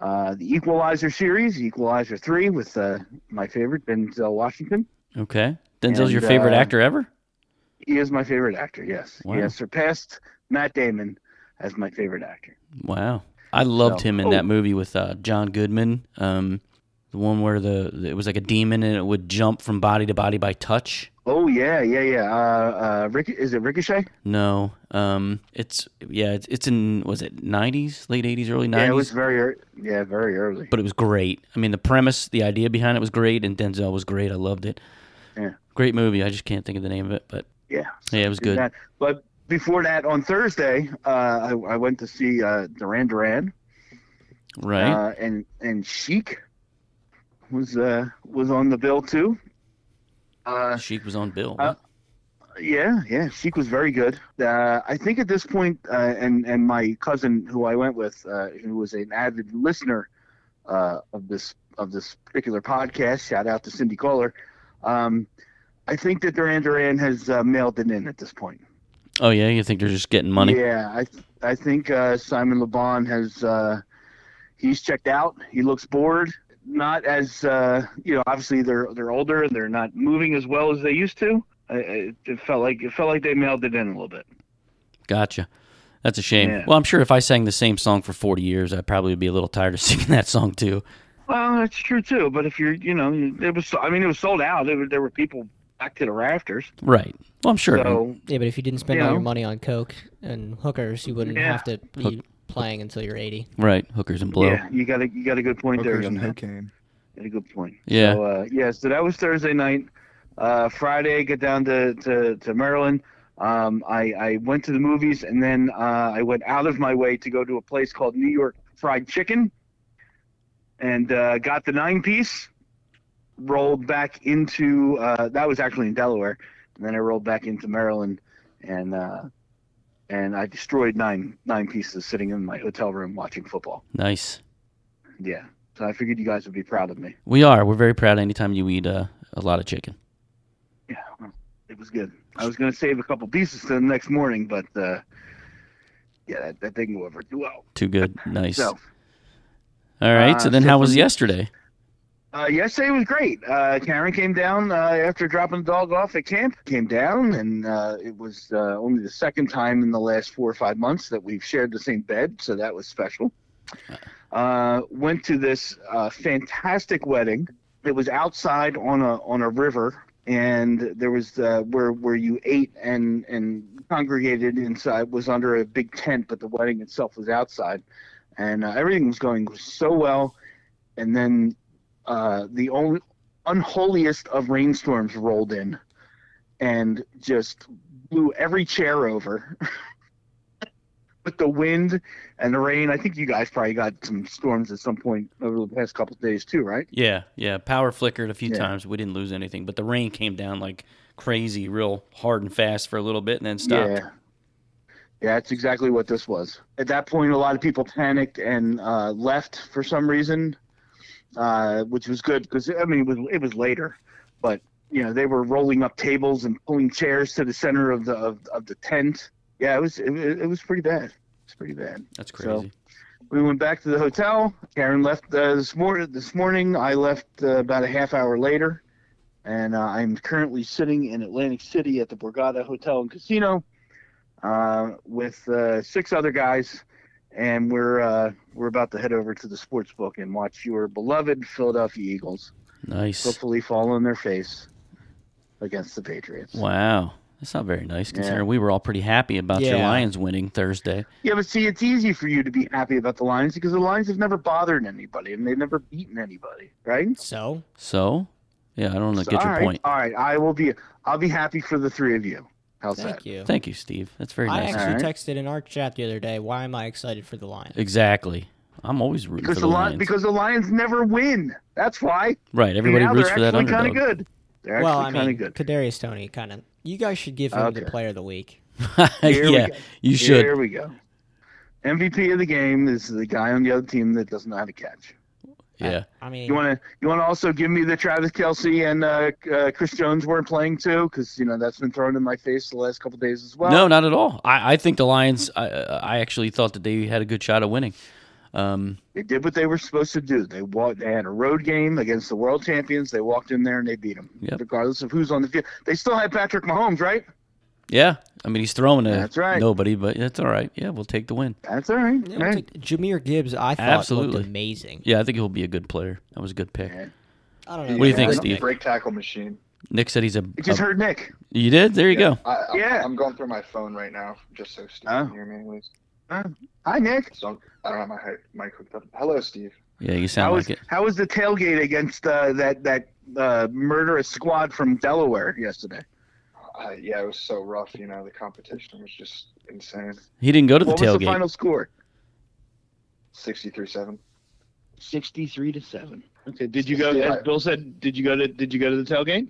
[SPEAKER 6] uh, the Equalizer series, Equalizer three, with uh, my favorite Denzel Washington.
[SPEAKER 1] Okay. Denzel's your
[SPEAKER 6] And,
[SPEAKER 1] favorite
[SPEAKER 6] uh,
[SPEAKER 1] actor ever?
[SPEAKER 6] He is my favorite actor. Yes,
[SPEAKER 1] Wow.
[SPEAKER 6] he has surpassed Matt Damon as my favorite actor.
[SPEAKER 1] Wow. I loved
[SPEAKER 6] So-
[SPEAKER 1] him in
[SPEAKER 6] Oh.
[SPEAKER 1] that movie with uh, John Goodman. Um, The one where the it was like a demon and it would jump from body to body by touch.
[SPEAKER 6] Oh yeah, yeah, yeah. Uh, uh, Rick, is it Ricochet?
[SPEAKER 1] No, um, it's yeah, it's, it's in was it '90s, late '80s, early '90s.
[SPEAKER 6] Yeah, it was very, ear- yeah, very early.
[SPEAKER 1] but it was great. I mean, the premise, the idea behind it was great, and Denzel was great. I loved it.
[SPEAKER 6] Yeah.
[SPEAKER 1] Great movie. I just can't think of the name of it, but
[SPEAKER 6] Yeah,
[SPEAKER 1] yeah, it was good.
[SPEAKER 6] That- But before that, on Thursday, uh, I, I went to see uh, Duran Duran
[SPEAKER 1] right?
[SPEAKER 6] uh, and and Chic was uh, was on the bill too. Uh,
[SPEAKER 1] Sheik was on Bill.
[SPEAKER 6] uh,
[SPEAKER 1] right?
[SPEAKER 6] Yeah, yeah, Sheik was very good. Uh, I think at this point, uh, and and my cousin who I went with, uh, who was an avid listener uh, of this of this particular podcast, shout out to Cindy Kohler. Um, I think that Duran Duran has uh, mailed it in at this point.
[SPEAKER 1] oh yeah, you think they're just getting money?
[SPEAKER 6] Yeah, I th- I think uh, Simon LeBon has uh, he's checked out. He looks bored. Not as uh, you know, obviously they're they're older and they're not moving as well as they used to. I, I, it felt like it felt like they mailed it in a little bit.
[SPEAKER 1] Gotcha. That's a shame.
[SPEAKER 6] Yeah.
[SPEAKER 1] Well, I'm sure if I sang the same song for 40 years, I'd probably be a little tired of singing that song too.
[SPEAKER 6] Well, that's true too. But if you're you know, it was I mean it was sold out. There were, there were people back to the rafters.
[SPEAKER 1] Right. Well, I'm sure.
[SPEAKER 6] So
[SPEAKER 2] Yeah, but if you didn't spend
[SPEAKER 6] You
[SPEAKER 2] all your
[SPEAKER 6] know.
[SPEAKER 2] money on coke and hookers, you wouldn't
[SPEAKER 6] Yeah.
[SPEAKER 2] have to be
[SPEAKER 1] Hook-
[SPEAKER 2] playing until you're 80.
[SPEAKER 1] right. Hookers and blow.
[SPEAKER 6] yeah, you got a you got a good point
[SPEAKER 4] Hookers
[SPEAKER 6] there.
[SPEAKER 4] and
[SPEAKER 6] on that.
[SPEAKER 4] cocaine.
[SPEAKER 6] Got a good point.
[SPEAKER 1] Yeah.
[SPEAKER 6] So, uh, yeah, so that was Thursday night. Uh, Friday, get down to, to, to Maryland. Um, I, I went to the movies and then uh, I went out of my way to go to a place called New York Fried Chicken and uh, got the nine piece, rolled back into, uh, that was actually in Delaware. And then I rolled back into Maryland and, uh, and I destroyed nine nine pieces sitting in my hotel room watching football.
[SPEAKER 1] Nice.
[SPEAKER 6] Yeah. So I figured you guys would be proud of me.
[SPEAKER 1] We are. We're very proud anytime you eat uh, a lot of chicken.
[SPEAKER 6] Yeah, well, it was good. I was gonna save a couple pieces to the next morning, but uh, yeah, that, that didn't go over too well.
[SPEAKER 1] Too good. Nice.
[SPEAKER 6] So
[SPEAKER 1] All right. uh, so
[SPEAKER 6] uh,
[SPEAKER 1] then
[SPEAKER 6] so
[SPEAKER 1] how
[SPEAKER 6] for
[SPEAKER 1] was
[SPEAKER 6] me-
[SPEAKER 1] yesterday?
[SPEAKER 6] uh, yesterday was great. Uh, Karen came down uh, after dropping the dog off at camp. Came down, and uh, it was uh, only the second time in the last four or five months that we've shared the same bed, so that was special. Uh, went to this uh, fantastic wedding. It was outside on a on a river, and there was uh, where where you ate and and congregated inside was under a big tent, but the wedding itself was outside, and uh, everything was going so well. And then uh, the only unholiest of rainstorms rolled in and just blew every chair over with the wind and the rain. I think you guys probably got some storms at some point over the past couple of days too, right?
[SPEAKER 1] Yeah. Yeah. Power flickered a few
[SPEAKER 6] Yeah.
[SPEAKER 1] times. We didn't lose anything, but the rain came down like crazy, real hard and fast for a little bit and then stopped.
[SPEAKER 6] Yeah. Yeah, that's exactly what this was. At that point, a lot of people panicked and uh, left for some reason, uh, which was good because I mean it was it was later, but you know they were rolling up tables and pulling chairs to the center of the of, of the tent. Yeah, it was it, it was pretty bad. It's pretty bad.
[SPEAKER 1] That's
[SPEAKER 6] So-
[SPEAKER 1] crazy.
[SPEAKER 6] We went back to the hotel. Karen left uh, this morning. This morning, I left uh, about a half hour later, and uh, I'm currently sitting in Atlantic City at the Borgata Hotel and Casino uh, with uh, six other guys, and we're uh, we're about to head over to the sports book and watch your beloved Philadelphia Eagles
[SPEAKER 1] nice.
[SPEAKER 6] hopefully fall on their face against the Patriots.
[SPEAKER 1] Wow. That's not very nice considering we were all pretty happy about your
[SPEAKER 2] Yeah.
[SPEAKER 1] Lions winning Thursday.
[SPEAKER 6] Yeah, but see, it's easy for you to be happy about the Lions because the Lions have never bothered anybody and they've never beaten anybody, right?
[SPEAKER 2] So,
[SPEAKER 1] So, yeah, I don't know,
[SPEAKER 6] So,
[SPEAKER 1] get your
[SPEAKER 6] all right,
[SPEAKER 1] point.
[SPEAKER 6] All right, I will be. I'll be happy for the three of you. How's
[SPEAKER 2] thank
[SPEAKER 6] that?
[SPEAKER 2] you.
[SPEAKER 1] Thank you, Steve. That's very
[SPEAKER 2] I
[SPEAKER 1] nice.
[SPEAKER 2] actually
[SPEAKER 6] Alright.
[SPEAKER 2] texted in our chat the other day, why am I excited for the Lions?
[SPEAKER 1] Exactly. I'm always rooting
[SPEAKER 6] Because
[SPEAKER 1] for
[SPEAKER 6] the
[SPEAKER 1] the
[SPEAKER 6] Lions,
[SPEAKER 1] Lions.
[SPEAKER 6] because the Lions never win. That's why.
[SPEAKER 1] right, everybody
[SPEAKER 6] now
[SPEAKER 1] roots
[SPEAKER 6] they're
[SPEAKER 1] for that
[SPEAKER 6] actually
[SPEAKER 1] underdog.
[SPEAKER 6] kind of good. They're actually
[SPEAKER 2] well, I
[SPEAKER 6] kind
[SPEAKER 2] mean,
[SPEAKER 6] of good.
[SPEAKER 2] Kadarius Tony kind of. You guys should give him the
[SPEAKER 6] Okay.
[SPEAKER 2] player of the week.
[SPEAKER 6] Here we
[SPEAKER 1] yeah,
[SPEAKER 6] go.
[SPEAKER 1] you should.
[SPEAKER 6] Here we go. MVP of the game is the guy on the other team that doesn't know how to catch.
[SPEAKER 1] yeah.
[SPEAKER 2] I
[SPEAKER 6] You
[SPEAKER 2] mean,
[SPEAKER 6] want to you want to also give me the Travis Kelsey and uh, uh, Chris Jones weren't playing too because you know that's been thrown in my face the last couple days as well.
[SPEAKER 1] no, not at all. I, I think the Lions. I, I actually thought that they had a good shot of winning. Um,
[SPEAKER 6] They did what they were supposed to do. They walked. They had a road game against the world champions. They walked in there and they beat them,
[SPEAKER 1] Yep.
[SPEAKER 6] regardless of who's on the field. They still had Patrick Mahomes, right?
[SPEAKER 1] Yeah. I mean, he's throwing a
[SPEAKER 6] That's right.
[SPEAKER 1] nobody, but that's all right. Yeah, we'll take the win.
[SPEAKER 6] That's all right.
[SPEAKER 2] Yeah,
[SPEAKER 6] Hey,
[SPEAKER 2] we'll take- Jameer Gibbs, I thought
[SPEAKER 1] Absolutely.
[SPEAKER 2] looked amazing.
[SPEAKER 1] Yeah, I think he'll be a good player. That was a good pick.
[SPEAKER 6] Yeah.
[SPEAKER 2] I don't know.
[SPEAKER 1] What do you think,
[SPEAKER 2] I-
[SPEAKER 1] Steve?
[SPEAKER 4] Break tackle machine.
[SPEAKER 1] Nick said he's a.
[SPEAKER 6] I just
[SPEAKER 1] a-
[SPEAKER 6] heard Nick.
[SPEAKER 1] you did? There you go.
[SPEAKER 4] I, I'm,
[SPEAKER 6] Yeah.
[SPEAKER 4] I'm going through my phone right now, just so Steve
[SPEAKER 6] Oh.
[SPEAKER 4] can hear me. Anyways,
[SPEAKER 6] Hi, Nick.
[SPEAKER 4] so I don't have my hi- mic hooked up. Hello, Steve.
[SPEAKER 1] Yeah, you
[SPEAKER 6] How
[SPEAKER 1] sound
[SPEAKER 6] was
[SPEAKER 1] like it.
[SPEAKER 6] how was the tailgate against uh, that that uh, murderous squad from Delaware yesterday?
[SPEAKER 4] Uh, yeah, it was so rough. You know, the competition was just insane.
[SPEAKER 1] He didn't go to the
[SPEAKER 6] What was the
[SPEAKER 1] tailgate.
[SPEAKER 6] final score?
[SPEAKER 4] 63-7.
[SPEAKER 6] Sixty-three to seven. Okay. Did you go?
[SPEAKER 4] Yeah.
[SPEAKER 6] As Bill said, did you go to did you go to the tailgate?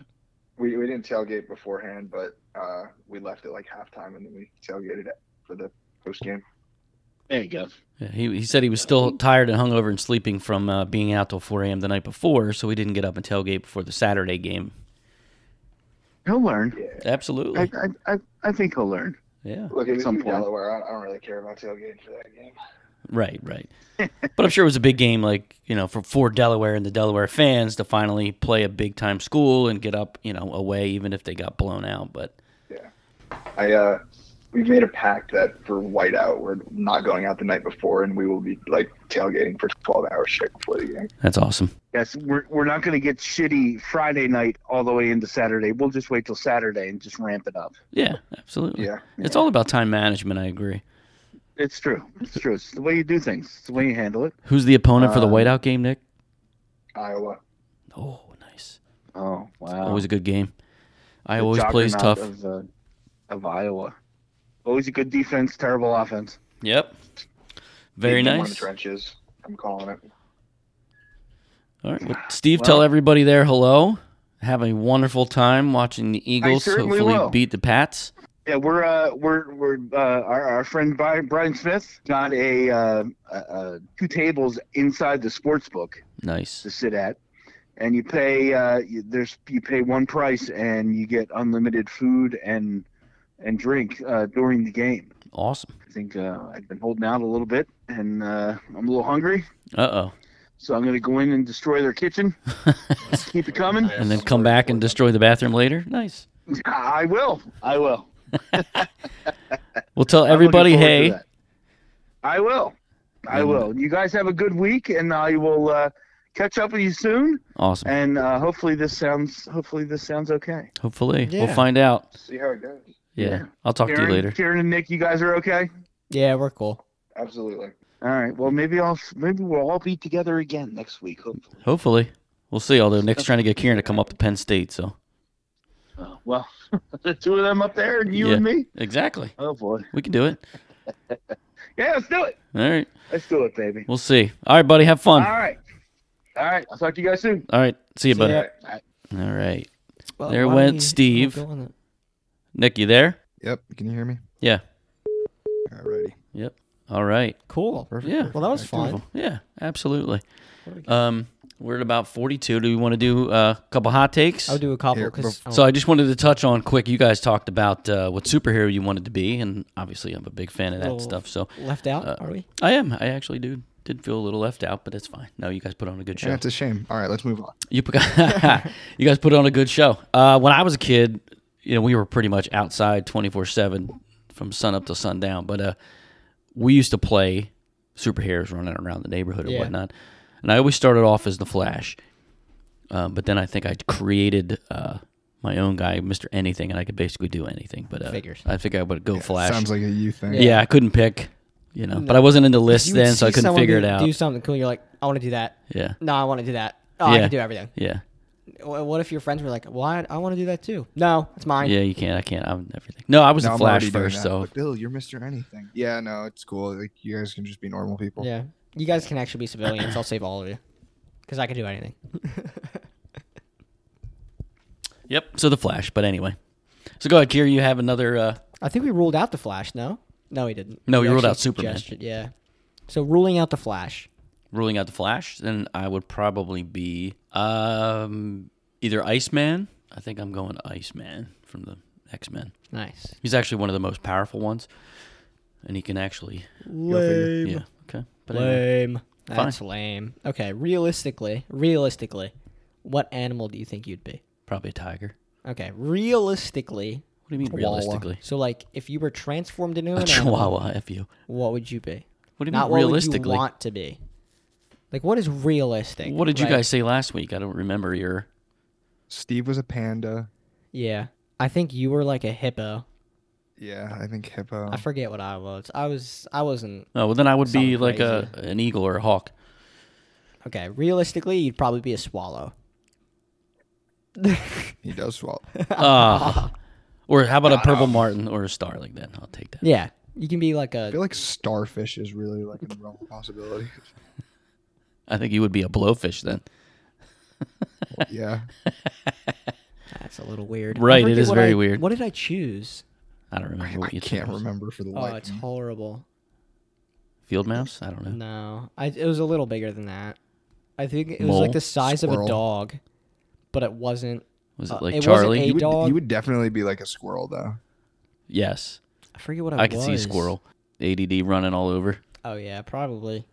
[SPEAKER 4] We we didn't tailgate beforehand, but uh, we left at like halftime, and then we tailgated it for the post game.
[SPEAKER 6] There you go.
[SPEAKER 1] Yeah, he, he said he was still tired and hungover and sleeping from uh, being out till 4 a.m. the night before, so he didn't get up and tailgate before the Saturday game.
[SPEAKER 6] He'll learn.
[SPEAKER 4] Yeah.
[SPEAKER 6] I,
[SPEAKER 1] Absolutely.
[SPEAKER 6] I, I, I think he'll learn.
[SPEAKER 1] Yeah.
[SPEAKER 4] Look, it was
[SPEAKER 6] some
[SPEAKER 4] in
[SPEAKER 6] point.
[SPEAKER 4] Delaware. I, I don't really care about tailgating for that game.
[SPEAKER 1] Right, right. but I'm sure it was a big game, like, you know, for, for Delaware and the Delaware fans to finally play a big time school and get up, you know, away, even if they got blown out. But
[SPEAKER 4] I uh, we made a pact that for whiteout, we're not going out the night before, and we will be like tailgating for 12 hours straight before the game.
[SPEAKER 1] that's awesome.
[SPEAKER 6] Yes, we're we're not going to get shitty Friday night all the way into Saturday. We'll just wait till Saturday and just ramp it up.
[SPEAKER 1] Yeah, absolutely.
[SPEAKER 4] Yeah.
[SPEAKER 1] It's all about time management, I agree.
[SPEAKER 6] It's true. It's true. It's the way you do things. It's the way you handle it.
[SPEAKER 1] Who's the opponent for the
[SPEAKER 4] Um,
[SPEAKER 1] whiteout game, Nick?
[SPEAKER 4] Iowa.
[SPEAKER 1] Oh, nice.
[SPEAKER 6] Oh wow.
[SPEAKER 1] Always a good game. I
[SPEAKER 6] The
[SPEAKER 1] always plays
[SPEAKER 6] juggernaut
[SPEAKER 1] tough.
[SPEAKER 6] Of, uh, of Iowa. Always a good defense, terrible offense.
[SPEAKER 1] Yep. Very
[SPEAKER 4] Keep them in the
[SPEAKER 1] nice.
[SPEAKER 4] trenches. I'm calling it.
[SPEAKER 1] All right. Well, Steve, tell everybody there hello. Have a wonderful time watching the Eagles
[SPEAKER 6] certainly
[SPEAKER 1] hopefully
[SPEAKER 6] will.
[SPEAKER 1] beat the Pats.
[SPEAKER 6] Yeah, we're uh, we're we're uh, our, our friend Bri- Brian Smith got a, uh, a, a two tables inside the sports book
[SPEAKER 1] Nice.
[SPEAKER 6] to sit at, and you pay uh, you, there's you pay one price and you get unlimited food and and drink uh, during the game.
[SPEAKER 1] Awesome.
[SPEAKER 6] I think uh, I've been holding out a little bit and uh, I'm a little hungry,
[SPEAKER 1] Uh oh.
[SPEAKER 6] so I'm gonna go in and destroy their kitchen. Keep it coming.
[SPEAKER 1] And then come back and destroy the bathroom later. Nice.
[SPEAKER 6] I will. I will.
[SPEAKER 1] Well, tell
[SPEAKER 6] I'm looking
[SPEAKER 1] everybody,
[SPEAKER 6] forward to
[SPEAKER 1] hey,
[SPEAKER 6] that. I will. I
[SPEAKER 1] And-
[SPEAKER 6] will. You guys have a good week, and I will uh, catch up with you soon.
[SPEAKER 1] awesome.
[SPEAKER 6] And uh, hopefully this sounds hopefully this sounds okay.
[SPEAKER 1] Hopefully, we'll
[SPEAKER 2] Yeah.
[SPEAKER 1] find out.
[SPEAKER 4] See how it goes.
[SPEAKER 1] Yeah,
[SPEAKER 6] Yeah.
[SPEAKER 1] I'll talk to
[SPEAKER 6] Karen-
[SPEAKER 1] you later.
[SPEAKER 6] Karen and Nick, you guys are okay.
[SPEAKER 2] Yeah, we're cool.
[SPEAKER 4] Absolutely.
[SPEAKER 6] All right. Well, maybe I'll maybe we'll all be together again next week. Hopefully.
[SPEAKER 1] Hopefully, we'll see. Although Nick's trying to get Kieran to come up to Penn State, so
[SPEAKER 6] Uh, well, the two of them up there, and you
[SPEAKER 1] Yeah.
[SPEAKER 6] and me.
[SPEAKER 1] exactly,
[SPEAKER 6] Oh boy.
[SPEAKER 1] we can do it.
[SPEAKER 6] Yeah, let's do it.
[SPEAKER 1] All right,
[SPEAKER 6] Let's do it, baby.
[SPEAKER 1] we'll see. All right, buddy, have
[SPEAKER 6] All
[SPEAKER 1] fun.
[SPEAKER 6] right. All right. I'll talk to you guys soon.
[SPEAKER 1] All right, see you,
[SPEAKER 2] See
[SPEAKER 1] buddy.
[SPEAKER 2] ya.
[SPEAKER 1] All right,
[SPEAKER 2] Well,
[SPEAKER 1] There
[SPEAKER 2] why don't
[SPEAKER 1] went
[SPEAKER 2] you-
[SPEAKER 1] Steve.
[SPEAKER 2] go on it.
[SPEAKER 1] Nick, you there?
[SPEAKER 4] Yep. Can you hear me?
[SPEAKER 1] Yeah.
[SPEAKER 4] Alrighty.
[SPEAKER 1] All right.
[SPEAKER 2] Cool.
[SPEAKER 4] Perfect.
[SPEAKER 1] Yeah.
[SPEAKER 2] Well, that was
[SPEAKER 4] Excellent.
[SPEAKER 2] fun.
[SPEAKER 1] Yeah, absolutely.
[SPEAKER 2] What do we got?
[SPEAKER 1] Um, we're at about 42. Do we want to do uh, a couple hot takes?
[SPEAKER 2] I would do a couple
[SPEAKER 4] Here,
[SPEAKER 2] because
[SPEAKER 1] So I just wanted to touch on quick. You guys talked about uh, what superhero you wanted to be, and obviously I'm a big fan of that
[SPEAKER 2] Little-
[SPEAKER 1] stuff. So
[SPEAKER 2] left out.
[SPEAKER 1] uh,
[SPEAKER 2] are we?
[SPEAKER 1] I am. I actually do did feel a little left out, but that's fine. No, you guys put on a good show.
[SPEAKER 4] Yeah, it's a shame. All right, let's move on.
[SPEAKER 1] You put, you guys put on a good show. Uh, when I was a kid, you know, we were pretty much outside twenty four seven from sun up to sundown. But uh, we used to play superheroes running around the neighborhood and
[SPEAKER 2] Yeah.
[SPEAKER 1] whatnot. And I always started off as the Flash, um, but then I think I created uh, my own guy, Mister Anything, and I could basically do anything. But uh,
[SPEAKER 2] Figures.
[SPEAKER 1] I think I would go Flash.
[SPEAKER 4] Sounds like a you thing.
[SPEAKER 1] yeah. I couldn't pick. You know, but I wasn't into lists
[SPEAKER 2] You would
[SPEAKER 1] then, so I
[SPEAKER 2] see
[SPEAKER 1] couldn't
[SPEAKER 2] someone
[SPEAKER 1] figure it
[SPEAKER 2] do-
[SPEAKER 1] out.
[SPEAKER 2] Do something cool. You're like, I want to do that.
[SPEAKER 1] Yeah,
[SPEAKER 2] No, I want to do that. Oh, I
[SPEAKER 1] Yeah.
[SPEAKER 2] can do everything.
[SPEAKER 1] yeah,
[SPEAKER 2] Wh- What if your friends were like, "Well, I, I want to do that too"? No, it's mine.
[SPEAKER 1] yeah. You can't. I can't. I would never think. No, I was
[SPEAKER 4] No,
[SPEAKER 1] the
[SPEAKER 4] I'm
[SPEAKER 1] Flash
[SPEAKER 4] already doing
[SPEAKER 1] first,
[SPEAKER 4] that.
[SPEAKER 1] so
[SPEAKER 4] But Bill, you're Mr. Anything. Yeah, no, it's cool. Like you guys can just be normal people.
[SPEAKER 2] Yeah. You guys can actually be civilians. I'll save all of you because I can do anything.
[SPEAKER 1] Yep. So the Flash, but anyway. So go ahead, Kira. You have another. Uh,
[SPEAKER 2] I think we ruled out the Flash. No, no, we didn't.
[SPEAKER 1] No,
[SPEAKER 2] We
[SPEAKER 1] we ruled
[SPEAKER 2] actually
[SPEAKER 1] out Superman.
[SPEAKER 2] suggested- Yeah. So ruling out the Flash.
[SPEAKER 1] ruling out the Flash. Then I would probably be um, either Iceman. I think I'm going Iceman from the X Men.
[SPEAKER 2] Nice.
[SPEAKER 1] He's actually one of the most powerful ones, and he can actually.
[SPEAKER 2] Lame.
[SPEAKER 1] Yeah. Okay. But anyway,
[SPEAKER 2] Lame. That's lame. Okay. Realistically, realistically, what animal do you think you'd be?
[SPEAKER 1] probably a tiger.
[SPEAKER 2] Okay. Realistically,
[SPEAKER 1] What do you mean
[SPEAKER 2] Chihuahua.
[SPEAKER 1] realistically?
[SPEAKER 2] So like, if you were transformed into an
[SPEAKER 1] A
[SPEAKER 2] animal,
[SPEAKER 1] chihuahua, F you.
[SPEAKER 2] what would you be?
[SPEAKER 1] What do you
[SPEAKER 2] Not
[SPEAKER 1] mean
[SPEAKER 2] what
[SPEAKER 1] realistically?
[SPEAKER 2] would you want to be. Like, what is realistic?
[SPEAKER 1] What did you
[SPEAKER 2] right?
[SPEAKER 1] guys say last week? I don't remember your.
[SPEAKER 5] Steve was a panda.
[SPEAKER 2] Yeah, I think you were like a hippo.
[SPEAKER 5] Yeah, I think hippo.
[SPEAKER 2] I forget what I was. I was. I wasn't.
[SPEAKER 1] Oh, well, then I would be
[SPEAKER 2] Something
[SPEAKER 1] like a an eagle or a hawk.
[SPEAKER 2] Okay. Realistically, you'd probably be a swallow.
[SPEAKER 5] he does swallow.
[SPEAKER 1] Ah. or how about a purple martin or a star like that? I'll take that.
[SPEAKER 2] Yeah, you can be like
[SPEAKER 5] I
[SPEAKER 2] a.
[SPEAKER 5] feel like starfish is really like a real possibility.
[SPEAKER 1] I think you would be a blowfish then.
[SPEAKER 5] Yeah.
[SPEAKER 2] That's a little weird. I
[SPEAKER 1] Right, it
[SPEAKER 2] forget
[SPEAKER 1] is
[SPEAKER 2] what
[SPEAKER 1] very
[SPEAKER 2] I-
[SPEAKER 1] weird.
[SPEAKER 2] What did I choose?
[SPEAKER 1] I don't remember.
[SPEAKER 5] I
[SPEAKER 1] What you
[SPEAKER 5] can't
[SPEAKER 1] chose.
[SPEAKER 5] remember for the
[SPEAKER 2] Oh,
[SPEAKER 5] life.
[SPEAKER 2] it's
[SPEAKER 5] of me.
[SPEAKER 2] horrible.
[SPEAKER 1] Field mouse? I don't know.
[SPEAKER 2] No, I, it was a little bigger than that. I think it was like
[SPEAKER 1] Mole?
[SPEAKER 2] the size of
[SPEAKER 5] Squirrel?
[SPEAKER 2] a dog, but it wasn't.
[SPEAKER 1] Was
[SPEAKER 2] Uh,
[SPEAKER 1] it like
[SPEAKER 2] it wasn't
[SPEAKER 1] Charlie?
[SPEAKER 2] a
[SPEAKER 5] You would,
[SPEAKER 2] dog.
[SPEAKER 5] you would definitely be like a squirrel though.
[SPEAKER 1] yes,
[SPEAKER 2] I forget what I,
[SPEAKER 1] I
[SPEAKER 2] was.
[SPEAKER 1] could see squirrel. ADD running all over,
[SPEAKER 2] Oh yeah, probably.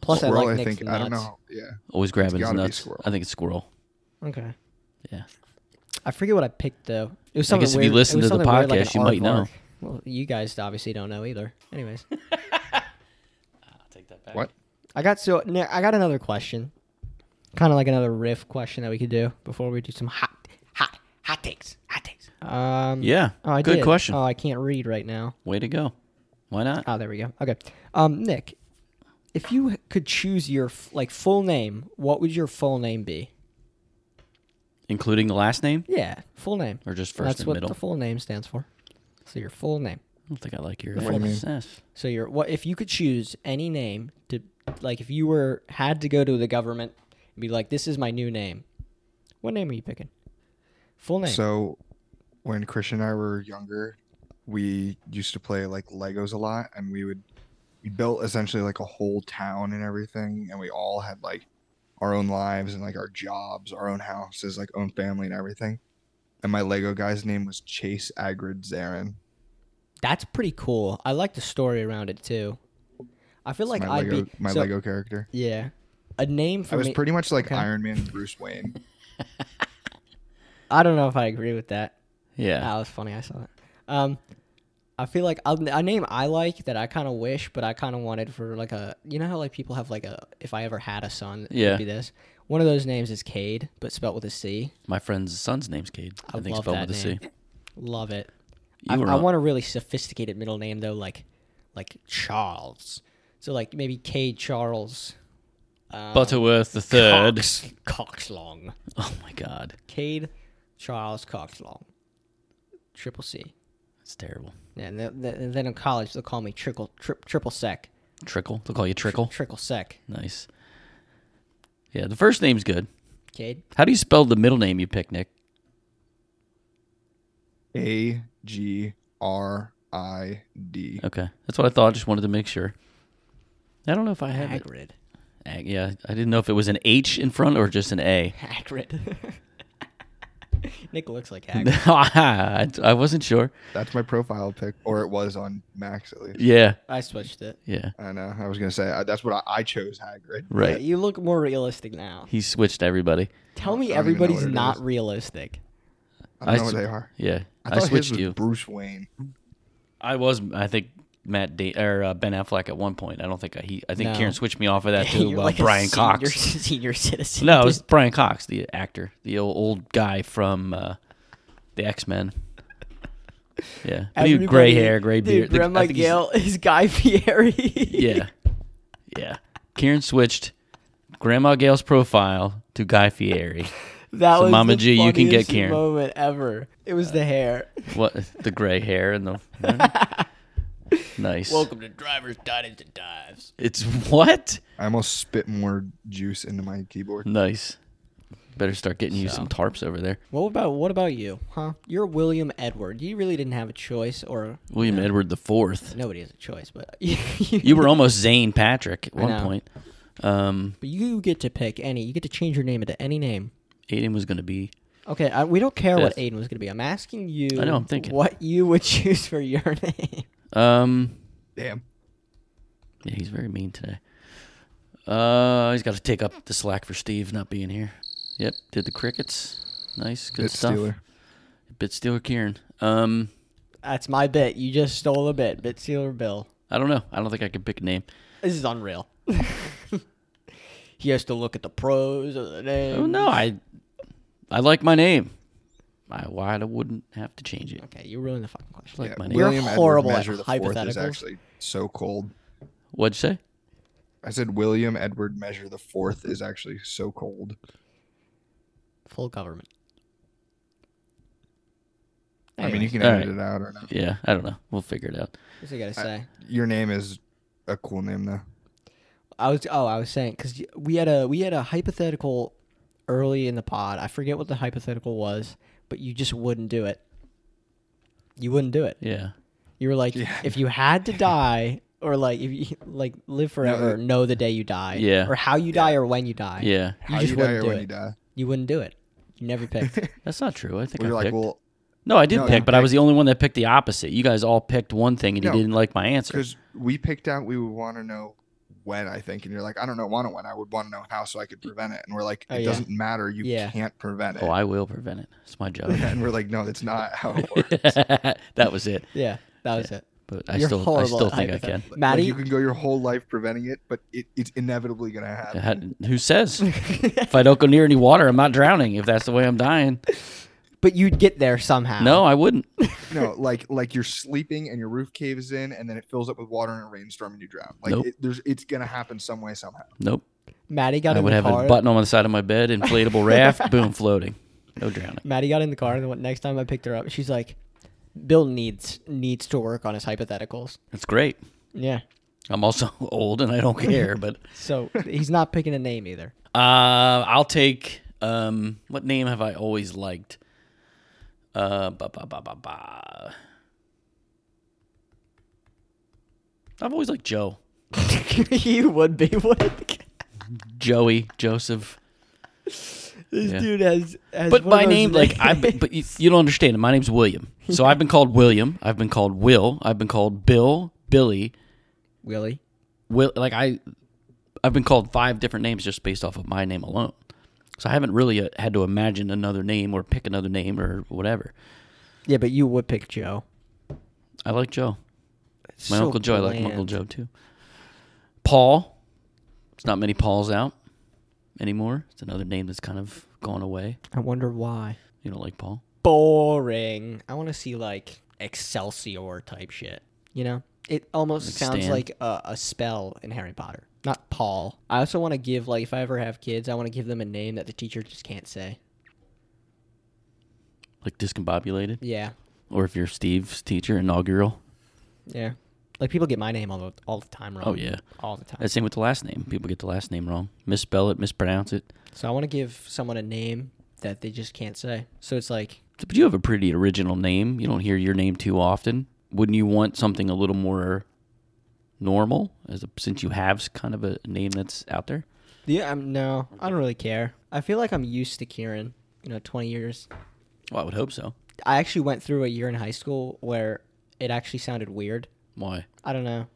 [SPEAKER 2] Plus,
[SPEAKER 5] squirrel,
[SPEAKER 2] I like Nick's
[SPEAKER 5] think I don't
[SPEAKER 2] nuts.
[SPEAKER 5] know. Yeah.
[SPEAKER 1] always grabbing his
[SPEAKER 5] gotta be
[SPEAKER 1] nuts.
[SPEAKER 5] squirrel.
[SPEAKER 1] I think it's squirrel.
[SPEAKER 2] Mm. Okay.
[SPEAKER 1] Yeah.
[SPEAKER 2] I forget what I picked though. It was
[SPEAKER 1] I
[SPEAKER 2] something
[SPEAKER 1] guess if you
[SPEAKER 2] weird. it
[SPEAKER 1] listen
[SPEAKER 2] was
[SPEAKER 1] to the
[SPEAKER 2] something weird, like
[SPEAKER 1] podcast,
[SPEAKER 2] an
[SPEAKER 1] you might know.
[SPEAKER 2] aardvark. Well, you guys obviously don't know either. Anyways,
[SPEAKER 1] I'll take that back.
[SPEAKER 5] What?
[SPEAKER 2] I got so Nick, I got another question, kind of like another riff question that we could do before we do some hot, hot, hot takes, hot takes. Um.
[SPEAKER 1] Yeah.
[SPEAKER 2] Oh, I
[SPEAKER 1] Good
[SPEAKER 2] did.
[SPEAKER 1] question.
[SPEAKER 2] Oh, I can't read right now.
[SPEAKER 1] Way to go. Why not?
[SPEAKER 2] Oh, there we go. Okay. Um, Nick, if you could choose your f- like full name, what would your full name be?
[SPEAKER 1] Including the last name
[SPEAKER 2] Yeah, full name.
[SPEAKER 1] or just first
[SPEAKER 2] That's
[SPEAKER 1] and
[SPEAKER 2] what
[SPEAKER 1] middle?
[SPEAKER 2] the full name stands for. So your full name.
[SPEAKER 1] I don't think I like your
[SPEAKER 5] What do you mean?
[SPEAKER 1] FSS.
[SPEAKER 2] So your what if you could choose any name to like if you were had to go to the government and be like this is my new name. What name are you picking? Full name.
[SPEAKER 5] So when Christian and I were younger, we used to play like Legos a lot and we would we built essentially like a whole town and everything and we all had like our own lives and like our jobs, our own houses, like own family and everything. And my Lego guy's name was Chase Agrid Zarin.
[SPEAKER 2] That's pretty cool. I like the story around it too. I feel like
[SPEAKER 5] my
[SPEAKER 2] I'd
[SPEAKER 5] Lego
[SPEAKER 2] be
[SPEAKER 5] my
[SPEAKER 2] so-
[SPEAKER 5] Lego character.
[SPEAKER 2] Yeah. A name for
[SPEAKER 5] I was
[SPEAKER 2] me.
[SPEAKER 5] pretty much like
[SPEAKER 2] okay.
[SPEAKER 5] Iron Man and Bruce Wayne.
[SPEAKER 2] I don't know if I agree with that.
[SPEAKER 1] Yeah.
[SPEAKER 2] That was Ah, funny. I saw that. Um, I feel like a, a name I like that I kind of wish, but I kind of wanted for like a. You know how like people have like a. If I ever had a son, it
[SPEAKER 1] Yeah.
[SPEAKER 2] would be this. One of those names is Cade, but spelt with a C.
[SPEAKER 1] My friend's son's name's Cade. I,
[SPEAKER 2] I
[SPEAKER 1] think
[SPEAKER 2] love
[SPEAKER 1] spelled
[SPEAKER 2] that
[SPEAKER 1] with a
[SPEAKER 2] name.
[SPEAKER 1] C.
[SPEAKER 2] Love it.
[SPEAKER 1] You
[SPEAKER 2] I,
[SPEAKER 1] were
[SPEAKER 2] I
[SPEAKER 1] on-
[SPEAKER 2] want a really sophisticated middle name though, like like Charles. So like maybe Cade Charles. Um,
[SPEAKER 1] Butterworth the third.
[SPEAKER 2] Cox, Coxlong.
[SPEAKER 1] Oh my god,
[SPEAKER 2] Cade Charles Coxlong. Triple C.
[SPEAKER 1] it's terrible.
[SPEAKER 2] Yeah, and, th- th- and then in college they'll call me trickle tri- triple sec.
[SPEAKER 1] Trickle. They'll call you Trickle.
[SPEAKER 2] Trickle sec.
[SPEAKER 1] Nice. Yeah, the first name's good.
[SPEAKER 2] Cade.
[SPEAKER 1] How do you spell the middle name you pick, Nick?
[SPEAKER 5] A G R I D.
[SPEAKER 1] Okay, that's what I thought. Just wanted to make sure. I don't know if I have it.
[SPEAKER 2] Hagrid.
[SPEAKER 1] Ag- yeah, I didn't know if it was an H in front or just an A.
[SPEAKER 2] Hagrid. Nick looks like Hagrid.
[SPEAKER 1] I I wasn't sure.
[SPEAKER 5] That's my profile pic, or it was on Max at least.
[SPEAKER 1] Yeah,
[SPEAKER 2] I switched it.
[SPEAKER 1] yeah,
[SPEAKER 5] I know. uh, I was gonna say I, that's what I, I chose Hagrid.
[SPEAKER 1] right.
[SPEAKER 2] Yeah, you look more realistic now.
[SPEAKER 1] He switched everybody.
[SPEAKER 2] Tell me
[SPEAKER 5] I don't even know
[SPEAKER 2] everybody's
[SPEAKER 5] what it
[SPEAKER 2] not
[SPEAKER 5] is.
[SPEAKER 2] realistic.
[SPEAKER 5] I don't
[SPEAKER 1] I
[SPEAKER 5] know
[SPEAKER 1] sw-
[SPEAKER 5] what they are.
[SPEAKER 1] Yeah, I,
[SPEAKER 5] thought his
[SPEAKER 1] switched
[SPEAKER 5] was
[SPEAKER 1] you.
[SPEAKER 5] Bruce Wayne.
[SPEAKER 1] I was, I think. Matt da- or uh, Ben Affleck at one point. I don't think I, he. I think
[SPEAKER 2] No.
[SPEAKER 1] Karen switched me off of that too.
[SPEAKER 2] You're
[SPEAKER 1] uh,
[SPEAKER 2] like a
[SPEAKER 1] Brian Cox.
[SPEAKER 2] senior- senior citizen.
[SPEAKER 1] No, it
[SPEAKER 2] dude.
[SPEAKER 1] was Brian Cox, the actor, the old, old guy from uh, the X Men. Yeah, But he had gray
[SPEAKER 2] Everybody-
[SPEAKER 1] hair, gray
[SPEAKER 2] dude,
[SPEAKER 1] beard. The- I
[SPEAKER 2] Grandma
[SPEAKER 1] think he's-
[SPEAKER 2] Gail is Guy Fieri.
[SPEAKER 1] Yeah, yeah. Karen switched Grandma Gail's profile to Guy Fieri.
[SPEAKER 2] that
[SPEAKER 1] So
[SPEAKER 2] was
[SPEAKER 1] Mama
[SPEAKER 2] the
[SPEAKER 1] G, you can get Uh,
[SPEAKER 2] funniest
[SPEAKER 1] Karen.
[SPEAKER 2] moment ever. It was the hair.
[SPEAKER 1] What the gray hair and the hmm? nice.
[SPEAKER 2] to Drivers Dines and Dives.
[SPEAKER 1] It's what
[SPEAKER 5] I almost spit more juice into my keyboard.
[SPEAKER 1] nice. Better start getting you some tarps over there.
[SPEAKER 2] What about what about you? Huh? You're William Edward. You really didn't have a choice, or
[SPEAKER 1] William Edward the Fourth.
[SPEAKER 2] nobody has a choice, but you,
[SPEAKER 1] You were almost Zane Patrick at one
[SPEAKER 2] know.
[SPEAKER 1] point. Um,
[SPEAKER 2] but you get to pick any. You get to change your name into any name.
[SPEAKER 1] Aiden was going to be
[SPEAKER 2] Okay, I, we don't care what
[SPEAKER 1] Fifth.
[SPEAKER 2] Aiden was gonna be. I'm asking you.
[SPEAKER 1] I know, I'm thinking.
[SPEAKER 2] what you would choose for your name.
[SPEAKER 1] um,
[SPEAKER 5] Damn.
[SPEAKER 1] Yeah, he's very mean today. Uh, he's got to take up the slack for Steve not being here. Yep, did the crickets. Nice, good
[SPEAKER 5] Bit
[SPEAKER 1] stuff.
[SPEAKER 5] Stealer.
[SPEAKER 1] Bit stealer Kieran. Um,
[SPEAKER 2] That's my bit. You just stole a bit. Bit sealer Bill.
[SPEAKER 1] I don't know. I don't think I could pick a name.
[SPEAKER 2] This is unreal. he has to look at the pros of the name.
[SPEAKER 1] Oh no, I I like my name. I why I wouldn't have to change it.
[SPEAKER 2] Okay, you ruined the fucking question.
[SPEAKER 1] Like my name.
[SPEAKER 2] William-
[SPEAKER 5] Edward
[SPEAKER 2] horrible at
[SPEAKER 5] Measure the Fourth is
[SPEAKER 2] hypotheticals.
[SPEAKER 5] actually so cold.
[SPEAKER 1] What'd you say?
[SPEAKER 5] I said William Edward Measure the Fourth is actually so cold.
[SPEAKER 2] Full government.
[SPEAKER 5] I mean, you can
[SPEAKER 1] All
[SPEAKER 5] edit
[SPEAKER 1] right.
[SPEAKER 5] it out or not.
[SPEAKER 1] Yeah, I don't know. We'll figure it out.
[SPEAKER 2] What's I gotta
[SPEAKER 5] I-
[SPEAKER 2] say?
[SPEAKER 5] Your name is a cool name though.
[SPEAKER 2] I was oh I was saying because we had a we had a hypothetical early in the pod. I forget what the hypothetical was, but you just wouldn't do it. You wouldn't do it.
[SPEAKER 1] Yeah.
[SPEAKER 2] You were like, if you had to die, or like if you like live forever, know the day you die,
[SPEAKER 1] Yeah.
[SPEAKER 2] or how you die or when you die.
[SPEAKER 1] Yeah.
[SPEAKER 2] you
[SPEAKER 5] How
[SPEAKER 2] just
[SPEAKER 5] die
[SPEAKER 2] wouldn't
[SPEAKER 5] or
[SPEAKER 2] do
[SPEAKER 5] when
[SPEAKER 2] it.
[SPEAKER 5] you die.
[SPEAKER 2] You wouldn't do it. You never picked.
[SPEAKER 1] That's not true. I think
[SPEAKER 5] We
[SPEAKER 1] I
[SPEAKER 5] were like,
[SPEAKER 1] picked.
[SPEAKER 5] well,
[SPEAKER 1] no, I did
[SPEAKER 5] no,
[SPEAKER 1] pick,
[SPEAKER 5] you
[SPEAKER 1] but I was the only one that picked the opposite. You guys all picked one thing and
[SPEAKER 5] No,
[SPEAKER 1] you didn't like my answer.
[SPEAKER 5] because we picked out, we would want to know when I think, and you're like, I don't know, want to when I would want to know how so I could prevent it, and we're like,
[SPEAKER 2] Oh,
[SPEAKER 5] it
[SPEAKER 2] yeah.
[SPEAKER 5] doesn't matter, you
[SPEAKER 2] Yeah.
[SPEAKER 5] can't prevent it.
[SPEAKER 1] Oh, I will prevent it. It's my job.
[SPEAKER 5] and we're like, no, that's not how it works.
[SPEAKER 1] that was it.
[SPEAKER 2] yeah, that was it.
[SPEAKER 1] But I
[SPEAKER 2] You're
[SPEAKER 1] still I
[SPEAKER 2] horrible
[SPEAKER 1] still
[SPEAKER 2] at
[SPEAKER 1] think I can.
[SPEAKER 2] hypotheticals.
[SPEAKER 5] Like,
[SPEAKER 2] Maddie,
[SPEAKER 5] you can go your whole life preventing it, but it, it's inevitably gonna happen.
[SPEAKER 1] I- Who says? if I don't go near any water, I'm not drowning. If that's the way I'm dying,
[SPEAKER 2] but you'd get there somehow.
[SPEAKER 1] no, I wouldn't.
[SPEAKER 5] no, like like you're sleeping and your roof caves in, and then it fills up with water in a rainstorm and you drown. Like
[SPEAKER 1] Nope.
[SPEAKER 5] it, there's, it's gonna happen some way somehow.
[SPEAKER 1] Nope.
[SPEAKER 2] Maddie got
[SPEAKER 1] I
[SPEAKER 2] in
[SPEAKER 1] would
[SPEAKER 2] the
[SPEAKER 1] have
[SPEAKER 2] car.
[SPEAKER 1] a button on the side of my bed, inflatable raft, boom, floating. No drowning.
[SPEAKER 2] Maddie got in the car, and the one- next time I picked her up, she's like, "Bill needs needs to work on his hypotheticals."
[SPEAKER 1] It's great.
[SPEAKER 2] Yeah.
[SPEAKER 1] I'm also old and I don't care, but
[SPEAKER 2] So he's not picking a name either.
[SPEAKER 1] uh, I'll take. Um, what name have I always liked? Uh, ba ba ba ba ba. I've always liked Joe,
[SPEAKER 2] you would be. What?
[SPEAKER 1] Joey, Joseph.
[SPEAKER 2] This
[SPEAKER 1] Yeah.
[SPEAKER 2] dude has. has
[SPEAKER 1] But
[SPEAKER 2] one of
[SPEAKER 1] my
[SPEAKER 2] those
[SPEAKER 1] name, like I,
[SPEAKER 2] names.
[SPEAKER 1] but you, you don't understand. it. My name's William, so I've been called William. I've been called Will. I've been called Bill, Billy,
[SPEAKER 2] Willie.
[SPEAKER 1] will like I I've been called five different names just based off of my name alone. So I haven't really uh, had to imagine another name or pick another name or whatever.
[SPEAKER 2] Yeah, but you would pick Joe.
[SPEAKER 1] I like Joe. My
[SPEAKER 2] So
[SPEAKER 1] uncle Joe. I like my
[SPEAKER 2] bland.
[SPEAKER 1] uncle Joe too. Paul. There's not many Pauls out anymore. It's another name that's kind of gone away.
[SPEAKER 2] I wonder why.
[SPEAKER 1] You don't like Paul?
[SPEAKER 2] Boring. I want to see like Excelsior type shit. You know, it almost
[SPEAKER 1] Like
[SPEAKER 2] sounds
[SPEAKER 1] Stan.
[SPEAKER 2] like a, a spell in Harry Potter. Not Paul. I also want to give like if I ever have kids, I want to give them a name that the teacher just can't say.
[SPEAKER 1] Like discombobulated?
[SPEAKER 2] Yeah,
[SPEAKER 1] Or if you're Steve's teacher, inaugural.
[SPEAKER 2] yeah. Like people get my name all the, all the time wrong.
[SPEAKER 1] Oh yeah.
[SPEAKER 2] all the time.
[SPEAKER 1] That's same with the last name. People get the last name wrong. Misspell it, mispronounce it.
[SPEAKER 2] So I want to give someone a name that they just can't say. So it's like
[SPEAKER 1] But you have a pretty original name. You don't hear your name too often. Wouldn't you want something a little more normal, as a, since you have s- kind of a name that's out there?
[SPEAKER 2] Yeah, I'm no, I don't really care. I feel like I'm used to Kieran. You know, 20 years.
[SPEAKER 1] Well, I would hope so.
[SPEAKER 2] I actually went through a year in high school where it actually sounded weird.
[SPEAKER 1] Why?
[SPEAKER 2] I don't know.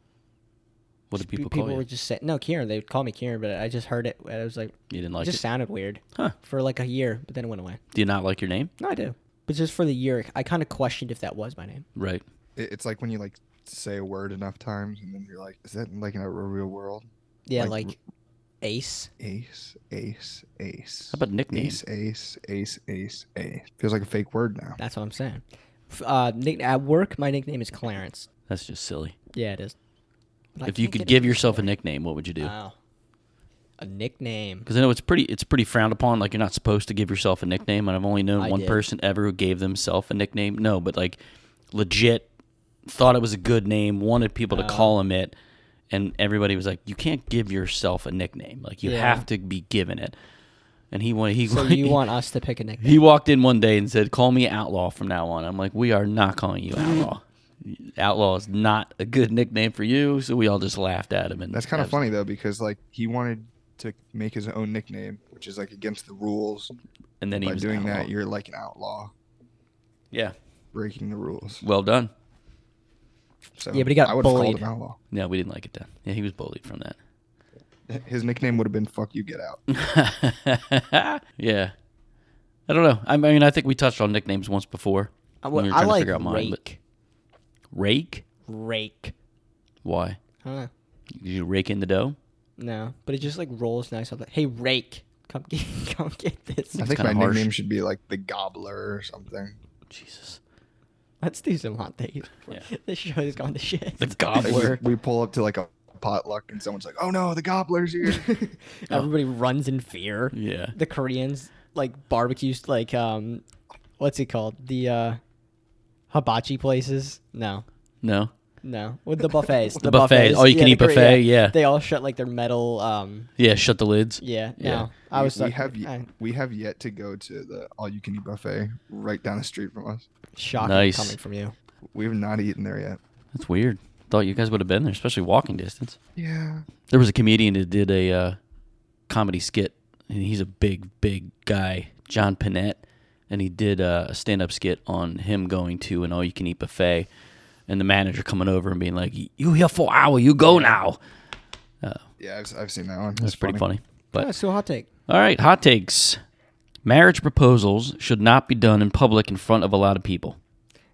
[SPEAKER 1] What did
[SPEAKER 2] Pe-
[SPEAKER 1] people call you?
[SPEAKER 2] were just saying no Kieran. They would call me Kieran, but I just heard it. And I was like,
[SPEAKER 1] you didn't
[SPEAKER 2] it
[SPEAKER 1] like
[SPEAKER 2] just
[SPEAKER 1] it.
[SPEAKER 2] sounded weird
[SPEAKER 1] Huh.
[SPEAKER 2] for like a year, but then it went away.
[SPEAKER 1] Do you not like your name?
[SPEAKER 2] No, I do. But just for the year, I kind of questioned if that was my name.
[SPEAKER 1] Right.
[SPEAKER 5] It, it's like when you like say a word enough times, and then you're like, is that like in a real world?
[SPEAKER 2] Yeah, like,
[SPEAKER 5] Like-
[SPEAKER 2] Ace.
[SPEAKER 5] Ace, ace, ace.
[SPEAKER 1] How about nicknames?
[SPEAKER 5] ace, ace, ace, ace, ace? Feels like a fake word now.
[SPEAKER 2] That's what I'm saying. F- Uh, nick- at work, my nickname is Clarence.
[SPEAKER 1] That's just silly.
[SPEAKER 2] Yeah, it is. But I
[SPEAKER 1] if you
[SPEAKER 2] can't
[SPEAKER 1] could
[SPEAKER 2] get
[SPEAKER 1] give
[SPEAKER 2] it.
[SPEAKER 1] yourself a nickname, what would you do?
[SPEAKER 2] Wow. A nickname.
[SPEAKER 1] Because I know it's pretty it's pretty frowned upon. Like you're not supposed to give yourself a nickname, and I've only known
[SPEAKER 2] I
[SPEAKER 1] one
[SPEAKER 2] did.
[SPEAKER 1] person ever who gave themselves a nickname. No, but like legit thought it was a good name, wanted people
[SPEAKER 2] Oh.
[SPEAKER 1] to call him it, and everybody was like, "You can't give yourself a nickname. Like you
[SPEAKER 2] Yeah.
[SPEAKER 1] have to be given it." And he went. He
[SPEAKER 2] So you want us to pick a nickname?
[SPEAKER 1] he walked in one day and said, "Call me Outlaw from now on." I'm like, "We are not calling you Outlaw." Outlaw is not a good nickname for you, so we all just laughed at him. And
[SPEAKER 5] That's kind
[SPEAKER 1] that
[SPEAKER 5] of
[SPEAKER 1] was-
[SPEAKER 5] funny though, because like he wanted to make his own nickname, which is like against the rules.
[SPEAKER 1] And then he
[SPEAKER 5] By
[SPEAKER 1] was
[SPEAKER 5] doing
[SPEAKER 1] outlaw.
[SPEAKER 5] that, you're like an outlaw,
[SPEAKER 1] yeah,
[SPEAKER 5] breaking the rules.
[SPEAKER 1] well done.
[SPEAKER 5] So
[SPEAKER 2] Yeah, but he got
[SPEAKER 5] I would've called
[SPEAKER 2] bullied.
[SPEAKER 5] him outlaw.
[SPEAKER 1] No, we didn't like it then. Yeah, he was bullied from that.
[SPEAKER 5] His nickname would have been "Fuck you, get out."
[SPEAKER 1] yeah. I don't know. I mean, I think we touched on nicknames once before.
[SPEAKER 2] I,
[SPEAKER 1] we were
[SPEAKER 2] well,
[SPEAKER 1] trying
[SPEAKER 2] I
[SPEAKER 1] to
[SPEAKER 2] like
[SPEAKER 1] figure out mine, but- Rake?
[SPEAKER 2] rake. Rake.
[SPEAKER 1] Why?
[SPEAKER 2] I don't know.
[SPEAKER 1] Did you rake in the dough?
[SPEAKER 2] No, but it just like rolls nice. I'm like, hey, rake, come get, come get this.
[SPEAKER 5] I think my
[SPEAKER 1] kinda harsh.
[SPEAKER 5] nickname should be like the Gobbler or something.
[SPEAKER 1] Jesus.
[SPEAKER 2] Let's do some hot takes.
[SPEAKER 1] Yeah.
[SPEAKER 2] This show has gone to shit.
[SPEAKER 1] The
[SPEAKER 5] Like,
[SPEAKER 1] gobbler.
[SPEAKER 5] we, we pull up to like a potluck and someone's like, "Oh no, the Gobbler's here!"
[SPEAKER 2] Everybody runs in fear.
[SPEAKER 1] yeah.
[SPEAKER 2] The Koreans like barbecues, like um, what's it called? The uh, hibachi places. No,
[SPEAKER 1] No.
[SPEAKER 2] no, with the buffets. the,
[SPEAKER 1] buffets. Oh, you can
[SPEAKER 2] the
[SPEAKER 1] eat buffet, yeah.
[SPEAKER 2] They all shut like their metal. Um,
[SPEAKER 1] Yeah, shut the lids.
[SPEAKER 2] yeah. No,
[SPEAKER 1] Yeah.
[SPEAKER 2] I was.
[SPEAKER 5] we
[SPEAKER 2] like,
[SPEAKER 5] have ye-
[SPEAKER 2] I-
[SPEAKER 5] we have yet to go to the all-you-can-eat buffet right down the street from us.
[SPEAKER 2] shocking
[SPEAKER 1] Nice.
[SPEAKER 2] coming from you.
[SPEAKER 5] We've not eaten there yet.
[SPEAKER 1] That's weird. Thought you guys would have been there, especially walking distance.
[SPEAKER 5] Yeah,
[SPEAKER 1] There was a comedian that did a uh, comedy skit, and he's a big, big guy, John Panette, and he did uh, a stand-up skit on him going to an all-you-can-eat buffet, and the manager coming over and being like, "You here for hour? You go now."
[SPEAKER 5] yeah, I've, I've seen that one.
[SPEAKER 1] That's pretty funny. But
[SPEAKER 2] Yeah, so hot take.
[SPEAKER 1] All right, hot takes. Marriage proposals should not be done in public in front of a lot of people.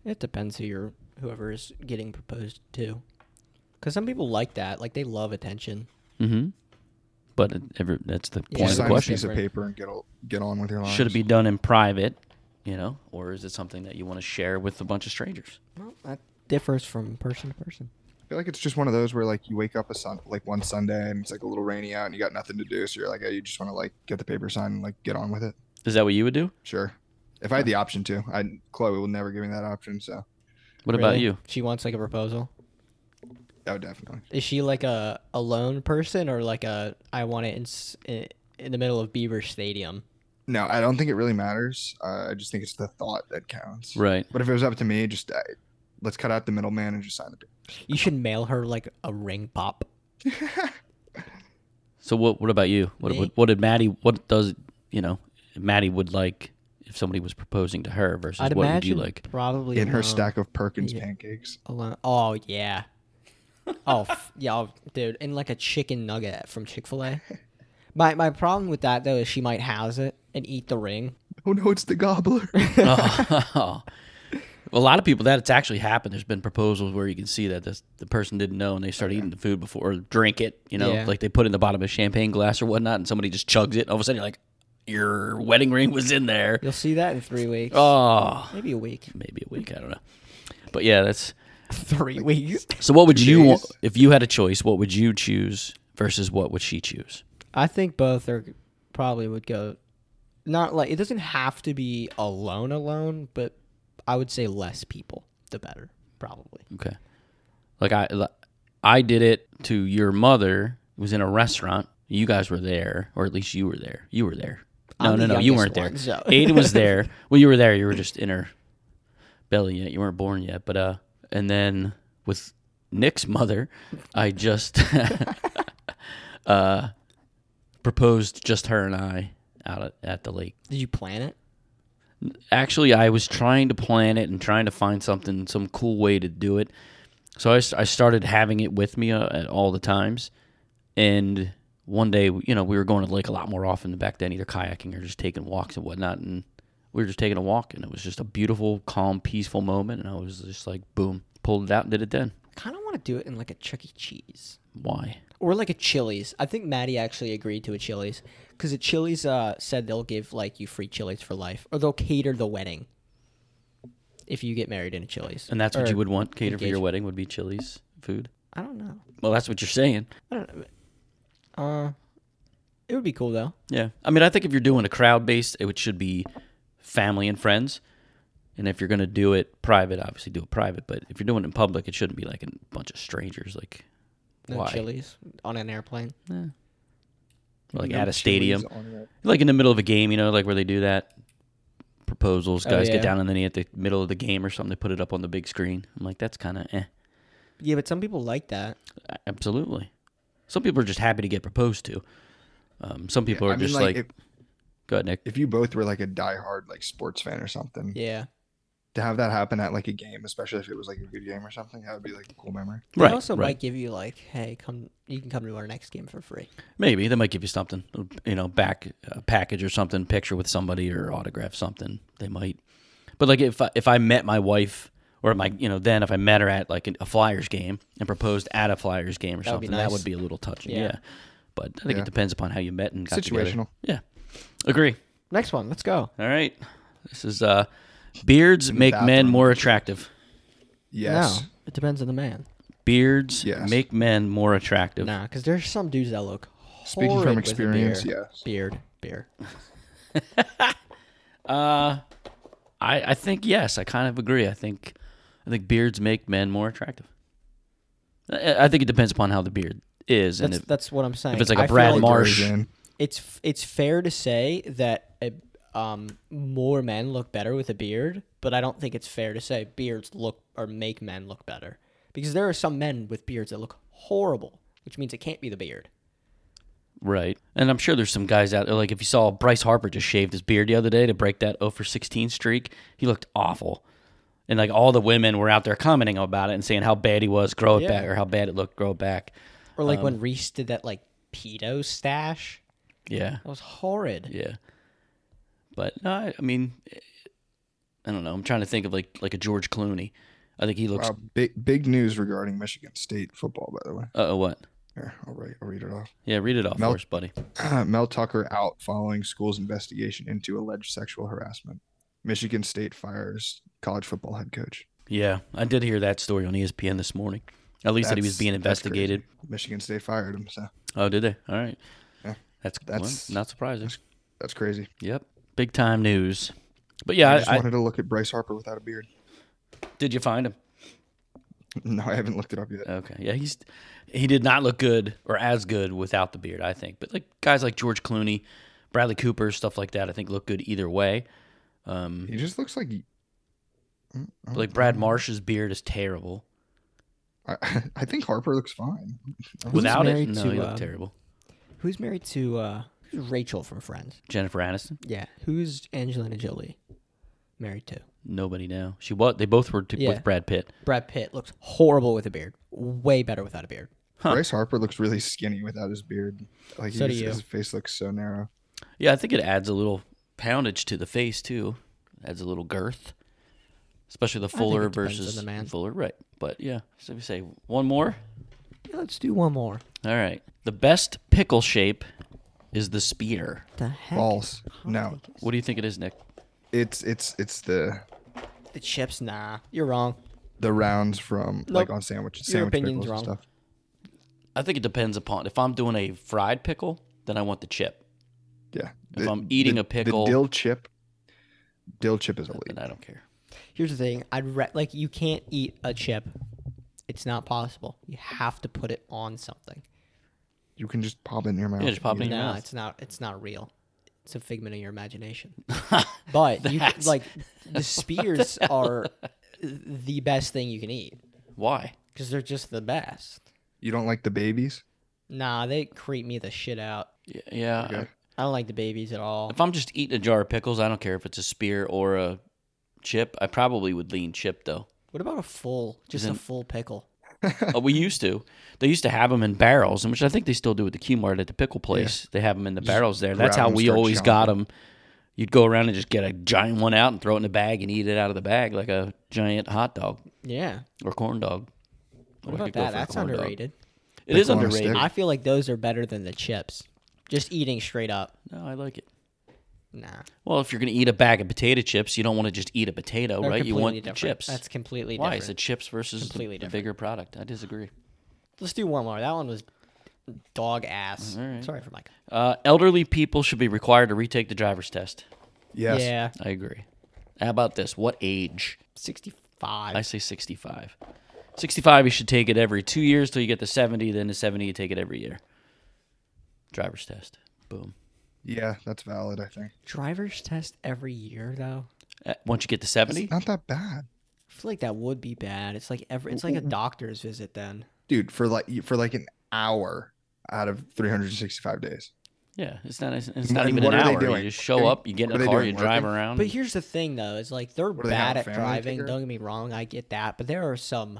[SPEAKER 2] It depends who you're, whoever is getting proposed to. Because some people like that, like they love attention.
[SPEAKER 1] Mm-hmm. But it- every, that's the
[SPEAKER 2] Yeah.
[SPEAKER 1] point of the
[SPEAKER 5] Sign a
[SPEAKER 1] question.
[SPEAKER 5] piece of paper and get o- get on with your life.
[SPEAKER 1] Should it be done in private, you know, or is it something that you want to share with a bunch of strangers?
[SPEAKER 2] Well, that differs from person to person.
[SPEAKER 5] I feel like it's just one of those where like you wake up a sun like one Sunday and it's like a little rainy out and you got nothing to do, so you're like, oh, you just want to like get the paper signed and like get on with it.
[SPEAKER 1] Is that what you would do?
[SPEAKER 5] Sure. If I had the option to, I Chloe will never give me that option, so
[SPEAKER 1] What about
[SPEAKER 2] Really?
[SPEAKER 1] you?
[SPEAKER 2] She wants like a proposal.
[SPEAKER 5] that would definitely.
[SPEAKER 2] Is she like a alone person or like a I want it in s- in, in the middle of Beaver Stadium?
[SPEAKER 5] No, I don't think it really matters. Uh, I just think it's the thought that counts.
[SPEAKER 1] Right.
[SPEAKER 5] But if it was up to me, just uh, let's cut out the middleman and just sign the paper.
[SPEAKER 2] You should mail her like a ring pop.
[SPEAKER 1] So what? What about you? What?
[SPEAKER 2] Me?
[SPEAKER 1] What, what did Maddie? What does you know? Maddie would like if somebody was proposing to her versus
[SPEAKER 2] I'd
[SPEAKER 1] what would
[SPEAKER 2] imagine
[SPEAKER 1] you like? um,
[SPEAKER 2] probably
[SPEAKER 5] In her
[SPEAKER 2] alone-
[SPEAKER 5] stack of Perkins
[SPEAKER 2] Yeah.
[SPEAKER 5] pancakes.
[SPEAKER 2] Alone. Oh yeah. Oh f- yeah, oh, dude, and like a chicken nugget from Chick Fil A. My my problem with that though is she might house it and eat the ring.
[SPEAKER 5] Oh no, it's the gobbler.
[SPEAKER 1] Oh. a lot of people that it's actually happened. There's been proposals where you can see that this, the person didn't know and they start eating the food before or drink it. You know,
[SPEAKER 2] Yeah.
[SPEAKER 1] like they put it in the bottom of a champagne glass or whatnot, and somebody just chugs it. All of a sudden, you're like, your wedding ring was in there.
[SPEAKER 2] You'll see that in three weeks.
[SPEAKER 1] Oh,
[SPEAKER 2] Maybe a week.
[SPEAKER 1] maybe a week. I don't know. But yeah, that's
[SPEAKER 2] Three weeks.
[SPEAKER 1] so. What would you want
[SPEAKER 5] days.
[SPEAKER 1] if you had a choice? What would you choose versus what would she choose?
[SPEAKER 2] I think both are probably would go. Not like it doesn't have to be alone, alone, but I would say less people, the better, probably.
[SPEAKER 1] Okay. Like I, li- I did it to your mother. It was in a restaurant. You guys were there, or at least you were there. You were there. No,
[SPEAKER 2] I'm
[SPEAKER 1] no,
[SPEAKER 2] the
[SPEAKER 1] no. You
[SPEAKER 2] youngest
[SPEAKER 1] weren't there.
[SPEAKER 2] one, so-
[SPEAKER 1] Aiden was there. Well, you were there. You were just in her belly yet. You weren't born yet. But uh, and then with Nick's mother, I just uh proposed just her and I out at, at the lake.
[SPEAKER 2] Did you plan it?
[SPEAKER 1] Actually, I was trying to plan it and trying to find something, some cool way to do it. So I, s- I started having it with me uh, at all the times. And one day, you know, we were going to the lake a lot more often back then, either kayaking or just taking walks and whatnot. And we were just taking a walk, and it was just a beautiful, calm, peaceful moment. And I was just like, boom, pulled it out and did it then.
[SPEAKER 2] I kind of want to do it in like a Chuck E. Cheese
[SPEAKER 1] Why?
[SPEAKER 2] or like a Chili's. I think Maddie actually agreed to a Chili's because a Chili's uh, said they'll give like you free Chili's for life or they'll cater the wedding if you get married in a Chili's.
[SPEAKER 1] And that's what
[SPEAKER 2] Or-
[SPEAKER 1] you would want catered for your
[SPEAKER 2] engagement.
[SPEAKER 1] wedding would be Chili's food.
[SPEAKER 2] I don't know.
[SPEAKER 1] Well, that's what you're saying.
[SPEAKER 2] I don't know. Uh, it would be cool though.
[SPEAKER 1] Yeah. I mean, I think if you're doing a crowd based, it would, should be family and friends. And if you're going to do it private, obviously do it private. But if you're doing it in public, it shouldn't be like a bunch of strangers, like,
[SPEAKER 2] No
[SPEAKER 1] Why?
[SPEAKER 2] Chili's on an airplane.
[SPEAKER 1] like
[SPEAKER 5] No
[SPEAKER 1] at a
[SPEAKER 5] chilies
[SPEAKER 1] stadium,
[SPEAKER 5] on it.
[SPEAKER 1] like in the middle of a game, you know, like where they do that. Proposals,
[SPEAKER 2] Oh,
[SPEAKER 1] guys
[SPEAKER 2] yeah.
[SPEAKER 1] get down on the knee at the middle of the game or something. They put it up on the big screen. I'm like, that's kind of eh.
[SPEAKER 2] Yeah, but some people like that.
[SPEAKER 1] Absolutely. Some people are just happy to get proposed to. Um, some people
[SPEAKER 5] I
[SPEAKER 1] are
[SPEAKER 5] mean,
[SPEAKER 1] just
[SPEAKER 5] like,
[SPEAKER 1] like,
[SPEAKER 5] if,
[SPEAKER 1] go ahead, Nick.
[SPEAKER 5] if you both were like a diehard like sports fan or something,
[SPEAKER 2] Yeah.
[SPEAKER 5] to have that happen at like a game, especially if it was like a good game or something, that would be like a cool memory.
[SPEAKER 2] They
[SPEAKER 1] right.
[SPEAKER 2] also
[SPEAKER 1] right.
[SPEAKER 2] might give you like, hey, come, you can come to our next game for free.
[SPEAKER 1] Maybe they might give you something, you know, back a package or something, picture with somebody or autograph something. They might, But like if I, if I met my wife or my you know then if I met her at like a Flyers game and proposed at a Flyers game or
[SPEAKER 2] That would be
[SPEAKER 1] something, that
[SPEAKER 2] nice.
[SPEAKER 1] would be a little touching. Yeah.
[SPEAKER 2] Yeah.
[SPEAKER 1] But I think
[SPEAKER 5] Yeah.
[SPEAKER 1] it depends upon how you met and got
[SPEAKER 5] Situational.
[SPEAKER 1] Together. Yeah. Agree.
[SPEAKER 2] Next one. Let's go.
[SPEAKER 1] All right. This is uh beards make men
[SPEAKER 5] bathroom.
[SPEAKER 1] more attractive.
[SPEAKER 5] Yes.
[SPEAKER 2] No, it depends on the man.
[SPEAKER 1] Beards
[SPEAKER 5] Yes.
[SPEAKER 1] make men more attractive.
[SPEAKER 2] Nah, because there's some dudes that look.
[SPEAKER 5] Speaking from
[SPEAKER 2] horrid with a
[SPEAKER 5] experience,
[SPEAKER 2] beard.
[SPEAKER 5] yes.
[SPEAKER 2] Beard, beard.
[SPEAKER 1] I, I think yes, I kind of agree. I think I think beards make men more attractive. I, I think it depends upon how the beard is and
[SPEAKER 2] That's
[SPEAKER 1] if,
[SPEAKER 2] that's what I'm saying.
[SPEAKER 1] if it's like
[SPEAKER 2] a
[SPEAKER 1] a Brad
[SPEAKER 5] Goes
[SPEAKER 1] Marsh.
[SPEAKER 5] in.
[SPEAKER 2] it's f- it's fair to say that uh, um more men look better with a beard, but I don't think it's fair to say beards look or make men look better because there are some men with beards that look horrible, which means it can't be the beard.
[SPEAKER 1] Right. And I'm sure there's some guys out there like if you saw Bryce Harper just shaved his beard the other day to break that 0 for 16 streak, he looked awful. And like all the women were out there commenting about it and saying how bad he was, grow it
[SPEAKER 2] Yeah.
[SPEAKER 1] back or how bad it looked, grow it back.
[SPEAKER 2] Or like when Reese did that like pedo stash,
[SPEAKER 1] Yeah.
[SPEAKER 2] that was horrid.
[SPEAKER 1] Yeah. But no, I, I mean I don't know. I'm trying to think of like like a George Clooney. I think he looks
[SPEAKER 5] Wow, uh, big big news regarding Michigan State football, by the way.
[SPEAKER 1] uh what?
[SPEAKER 5] Here, I'll write, I'll read it off.
[SPEAKER 1] Yeah, read it off
[SPEAKER 5] Mel-
[SPEAKER 1] for us, buddy.
[SPEAKER 5] Mel Tucker out following school's investigation into alleged sexual harassment. Michigan State fires college football head coach.
[SPEAKER 1] Yeah, I did hear that story on E ESPN this morning. At least that he was
[SPEAKER 5] That's-
[SPEAKER 1] being
[SPEAKER 5] that's crazy.
[SPEAKER 1] investigated.
[SPEAKER 5] Michigan State fired him, so
[SPEAKER 1] Oh, did they? All right.
[SPEAKER 5] Yeah.
[SPEAKER 1] That's that's
[SPEAKER 5] That's-
[SPEAKER 1] not surprising.
[SPEAKER 5] that's crazy.
[SPEAKER 1] Yep, big time news. But
[SPEAKER 5] I,
[SPEAKER 1] yeah,
[SPEAKER 5] just
[SPEAKER 1] I, I,
[SPEAKER 5] wanted to look at Bryce Harper without a beard.
[SPEAKER 1] did you find him?
[SPEAKER 5] No, I haven't looked it up yet.
[SPEAKER 1] Okay, yeah, he's he did not look good or as good without the beard, I think. But like guys like George Clooney, Bradley Cooper, stuff like that, I think look good either way. Um,
[SPEAKER 5] He just looks like
[SPEAKER 1] but, like Brad
[SPEAKER 5] Mm-hmm.
[SPEAKER 1] Marsh's beard is terrible.
[SPEAKER 5] I, I think Harper looks fine.
[SPEAKER 1] without it,
[SPEAKER 2] married
[SPEAKER 1] no,
[SPEAKER 2] to,
[SPEAKER 1] he
[SPEAKER 5] uh,
[SPEAKER 1] looked
[SPEAKER 2] um,
[SPEAKER 1] terrible.
[SPEAKER 2] Who's married to uh who's Rachel from Friends?
[SPEAKER 1] Jennifer Aniston,
[SPEAKER 2] Yeah. Who's Angelina Jolie married to?
[SPEAKER 1] nobody now. She was. They both were t-
[SPEAKER 2] Yeah.
[SPEAKER 1] with Brad Pitt.
[SPEAKER 2] Brad Pitt looks horrible with a beard. Way better without a beard.
[SPEAKER 5] Bryce Harper looks really skinny without his beard. Like
[SPEAKER 2] So do
[SPEAKER 5] he's,
[SPEAKER 2] you.
[SPEAKER 5] his face looks so narrow.
[SPEAKER 1] Yeah, I think it adds a little poundage to the face too. Adds a little girth, especially the fuller
[SPEAKER 2] it depends on
[SPEAKER 1] versus
[SPEAKER 2] the man.
[SPEAKER 1] fuller, right? But yeah, so we say one more.
[SPEAKER 2] Let's do one more.
[SPEAKER 1] All right, the best pickle shape is the spear.
[SPEAKER 2] The heck?
[SPEAKER 5] False. No,
[SPEAKER 1] What do you think it is, Nick?
[SPEAKER 5] it's it's it's the
[SPEAKER 2] The chips, nah. You're wrong.
[SPEAKER 5] the rounds from
[SPEAKER 2] Nope.
[SPEAKER 5] like on sandwiches,
[SPEAKER 2] Your
[SPEAKER 5] sandwich
[SPEAKER 2] opinion's
[SPEAKER 5] pickles and
[SPEAKER 2] wrong.
[SPEAKER 5] stuff.
[SPEAKER 1] I think it depends upon if I'm doing a fried pickle, then I want the chip.
[SPEAKER 5] Yeah.
[SPEAKER 1] If I'm eating a pickle-
[SPEAKER 5] the dill chip, dill chip is elite.
[SPEAKER 1] Then I don't care.
[SPEAKER 2] Here's the thing. I'd re- like you can't eat a chip. It's not possible. You have to put it on something.
[SPEAKER 5] You can just pop it in your mouth.
[SPEAKER 1] just pop it in
[SPEAKER 5] and eat
[SPEAKER 1] your
[SPEAKER 2] No,
[SPEAKER 1] mouth.
[SPEAKER 2] it's not. It's not real. It's a figment of your imagination. but you
[SPEAKER 1] That's-
[SPEAKER 2] like the spears are the best thing you can eat
[SPEAKER 1] Why?
[SPEAKER 2] because they're just the best.
[SPEAKER 5] You don't like the babies?
[SPEAKER 2] Nah, they creep me the shit out.
[SPEAKER 1] Yeah, yeah.
[SPEAKER 5] Okay.
[SPEAKER 2] I don't like the babies at all.
[SPEAKER 1] If I'm just eating a jar of pickles, I don't care if it's a spear or a chip. I probably would lean chip though.
[SPEAKER 2] What about a full? Just a
[SPEAKER 1] Isn't-
[SPEAKER 2] full pickle.
[SPEAKER 1] Uh, we used to. They used to have them in barrels, and which I think they still do at the Q Mart at the pickle place. They have them in the barrels there. That's
[SPEAKER 5] grab
[SPEAKER 1] how
[SPEAKER 5] 'em,
[SPEAKER 1] we
[SPEAKER 5] start
[SPEAKER 1] always got them. You'd go around and just get a giant one out and throw it in a bag and eat it out of the bag like a giant hot dog
[SPEAKER 2] Yeah.
[SPEAKER 1] or corn dog.
[SPEAKER 2] What
[SPEAKER 1] Or I
[SPEAKER 2] about
[SPEAKER 1] could go
[SPEAKER 2] that?
[SPEAKER 1] for a
[SPEAKER 2] That's
[SPEAKER 1] corn dog.
[SPEAKER 2] underrated.
[SPEAKER 1] It is
[SPEAKER 5] Pickle on a
[SPEAKER 1] underrated.
[SPEAKER 5] stick.
[SPEAKER 2] I feel like those are better than the chips. Just eating straight up.
[SPEAKER 1] No, I like it.
[SPEAKER 2] Nah.
[SPEAKER 1] Well, if you're going to eat a bag of potato chips, you don't want to just eat a potato,
[SPEAKER 2] They're
[SPEAKER 1] right? You
[SPEAKER 2] completely
[SPEAKER 1] want the
[SPEAKER 2] different.
[SPEAKER 1] chips.
[SPEAKER 2] That's completely
[SPEAKER 1] Why
[SPEAKER 2] different.
[SPEAKER 1] is it chips versus the,
[SPEAKER 2] Completely
[SPEAKER 1] the
[SPEAKER 2] different.
[SPEAKER 1] bigger product? I disagree.
[SPEAKER 2] Let's do one more. That one was dog ass.
[SPEAKER 1] right.
[SPEAKER 2] Sorry for Mike.
[SPEAKER 1] Uh, elderly people should be required to retake the driver's test.
[SPEAKER 5] Yes.
[SPEAKER 2] Yeah,
[SPEAKER 1] I agree. How about this? What age?
[SPEAKER 2] sixty-five.
[SPEAKER 1] I say 65. 65, you should take it every two years till you get to 70. Then to 70, you take it every year. Driver's test. Boom.
[SPEAKER 5] Yeah, that's valid, I think.
[SPEAKER 2] Drivers test every year though.
[SPEAKER 1] Uh, Once you get to 70,
[SPEAKER 5] It's not that bad.
[SPEAKER 2] I feel like that would be bad. It's like every. It's like a doctor's visit then.
[SPEAKER 5] Dude, for like for like an hour out of 365 days.
[SPEAKER 1] yeah, it's not. It's, it's
[SPEAKER 5] And
[SPEAKER 1] not even
[SPEAKER 5] what
[SPEAKER 1] an
[SPEAKER 5] are they
[SPEAKER 1] hour.
[SPEAKER 5] doing?
[SPEAKER 1] You just show
[SPEAKER 5] They-
[SPEAKER 1] up, you get
[SPEAKER 5] what
[SPEAKER 1] in
[SPEAKER 5] are
[SPEAKER 1] a
[SPEAKER 5] they
[SPEAKER 1] car,
[SPEAKER 5] doing?
[SPEAKER 1] you drive
[SPEAKER 5] Working?
[SPEAKER 1] around.
[SPEAKER 2] But here's the thing though, is like they're
[SPEAKER 5] do they
[SPEAKER 2] bad
[SPEAKER 5] have, a
[SPEAKER 2] at
[SPEAKER 5] family
[SPEAKER 2] driving.
[SPEAKER 5] ticker?
[SPEAKER 2] Don't get me wrong, I get that, but there are some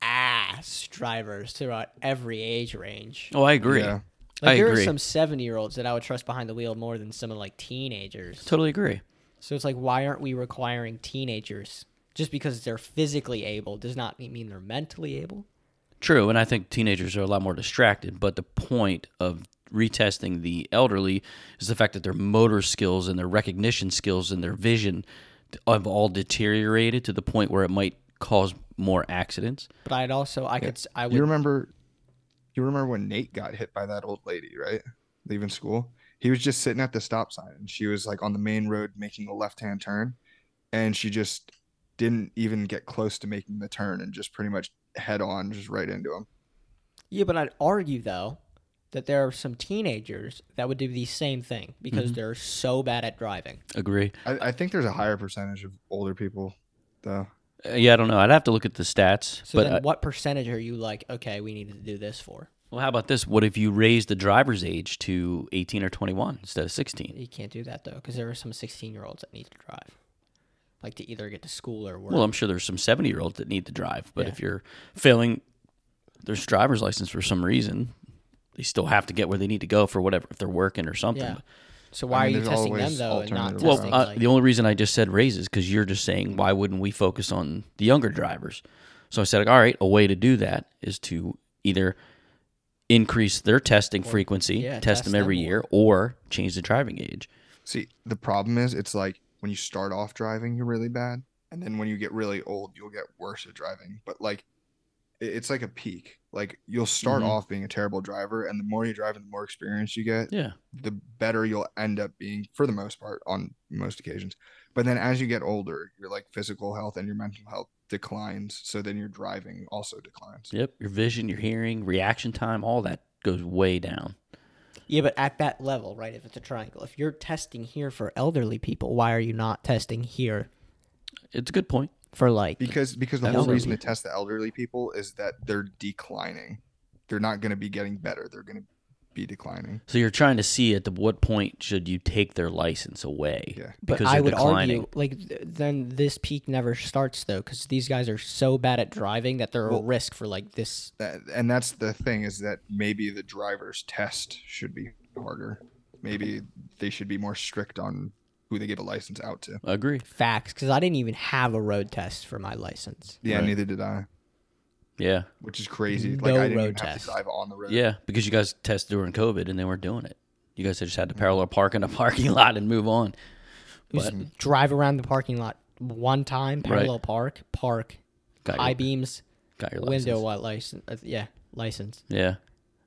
[SPEAKER 2] ass drivers throughout every age range.
[SPEAKER 1] oh, I agree.
[SPEAKER 5] Yeah.
[SPEAKER 2] Like
[SPEAKER 1] I
[SPEAKER 2] there
[SPEAKER 1] agree.
[SPEAKER 2] are some seven year olds that I would trust behind the wheel more than some of like teenagers.
[SPEAKER 1] Totally agree.
[SPEAKER 2] So it's like, why aren't we requiring teenagers just because they're physically able does not mean they're mentally able?
[SPEAKER 1] True, and I think teenagers are a lot more distracted. But the point of retesting the elderly is the fact that their motor skills and their recognition skills and their vision have all deteriorated to the point where it might cause more accidents.
[SPEAKER 2] But I'd also, I could, s- I would.
[SPEAKER 5] you remember you remember when Nate got hit by that old lady, right? Leaving school. He was just sitting at the stop sign and she was like on the main road making a left-hand turn and she just didn't even get close to making the turn and just pretty much head on just right into him.
[SPEAKER 2] Yeah, but I'd argue though that there are some teenagers that would do the same thing because
[SPEAKER 1] Mm-hmm.
[SPEAKER 2] they're so bad at driving.
[SPEAKER 1] Agree.
[SPEAKER 5] I, I think there's a higher percentage of older people though.
[SPEAKER 1] Uh, Yeah, I don't know. I'd have to look at the stats.
[SPEAKER 2] So
[SPEAKER 1] but
[SPEAKER 2] then,
[SPEAKER 1] uh,
[SPEAKER 2] what percentage are you like? Okay, we need to do this for.
[SPEAKER 1] well, how about this? What if you raise the driver's age to 18 or 21 instead of 16?
[SPEAKER 2] You can't do that though because there are some sixteen-year-olds that need to drive, like to either get to school or work.
[SPEAKER 1] Well, I'm sure there's some 70 year olds that need to drive, but if you're failing their driver's license for some reason, they still have to get where they need to go for whatever if they're working or something.
[SPEAKER 2] yeah. So why
[SPEAKER 5] mean,
[SPEAKER 2] are you
[SPEAKER 5] there's
[SPEAKER 2] testing them
[SPEAKER 5] always
[SPEAKER 2] though and not
[SPEAKER 5] alternative
[SPEAKER 1] Well,
[SPEAKER 2] testing?
[SPEAKER 1] uh,
[SPEAKER 2] like,
[SPEAKER 1] the only reason I just said raises because you're just saying why wouldn't we focus on the younger drivers? So I said, all right, a way to do that is to either increase their testing frequency,
[SPEAKER 2] yeah,
[SPEAKER 1] test,
[SPEAKER 2] test
[SPEAKER 1] them every
[SPEAKER 2] them
[SPEAKER 1] year, or change the driving age.
[SPEAKER 5] See, the problem is it's like when you start off driving, you're really bad, and then when you get really old, you'll get worse at driving. But like, i- it's like a peak. Like you'll start
[SPEAKER 1] Mhm.
[SPEAKER 5] off being a terrible driver, and the more you drive and the more experience you get,
[SPEAKER 1] Yeah,
[SPEAKER 5] the better you'll end up being for the most part on most occasions. But then as you get older, your like physical health and your mental health declines, so then your driving also declines.
[SPEAKER 1] yep. Your vision, your hearing, reaction time, all that goes way down.
[SPEAKER 2] yeah, but at that level, right? If it's a triangle, if you're testing here for elderly people, why are you not testing here
[SPEAKER 1] It's a good point.
[SPEAKER 2] for like?
[SPEAKER 5] because because the
[SPEAKER 1] That
[SPEAKER 5] whole
[SPEAKER 1] elderly
[SPEAKER 5] reason to test the elderly people is that they're declining they're not going to be getting better they're going to be declining
[SPEAKER 1] So you're trying to see at the what point should you take their license away?
[SPEAKER 5] Yeah.
[SPEAKER 2] But
[SPEAKER 1] because
[SPEAKER 2] I
[SPEAKER 1] they're
[SPEAKER 2] would
[SPEAKER 1] declining.
[SPEAKER 2] argue, like, th- then this peak never starts though, because these guys are so bad at driving that they're a risk for like this.
[SPEAKER 5] that, and that's the thing is that maybe the driver's test should be harder maybe they should be more strict on who they give a license out to
[SPEAKER 1] Agreed.
[SPEAKER 2] Facts, because I didn't even have a road test for my license.
[SPEAKER 5] yeah
[SPEAKER 1] Right.
[SPEAKER 5] neither did i
[SPEAKER 1] Yeah,
[SPEAKER 5] which is crazy
[SPEAKER 2] No
[SPEAKER 5] like i didn't
[SPEAKER 2] road
[SPEAKER 5] even have
[SPEAKER 2] test.
[SPEAKER 5] to drive on the road
[SPEAKER 1] yeah. Because you guys tested during COVID and they weren't doing it. You guys just had to parallel park in a parking lot and move on.
[SPEAKER 2] Just drive around the parking lot one time, parallel park, park,
[SPEAKER 1] Got your-
[SPEAKER 2] I beams,
[SPEAKER 1] got your license.
[SPEAKER 2] window light license. Uh, yeah, license.
[SPEAKER 1] Yeah,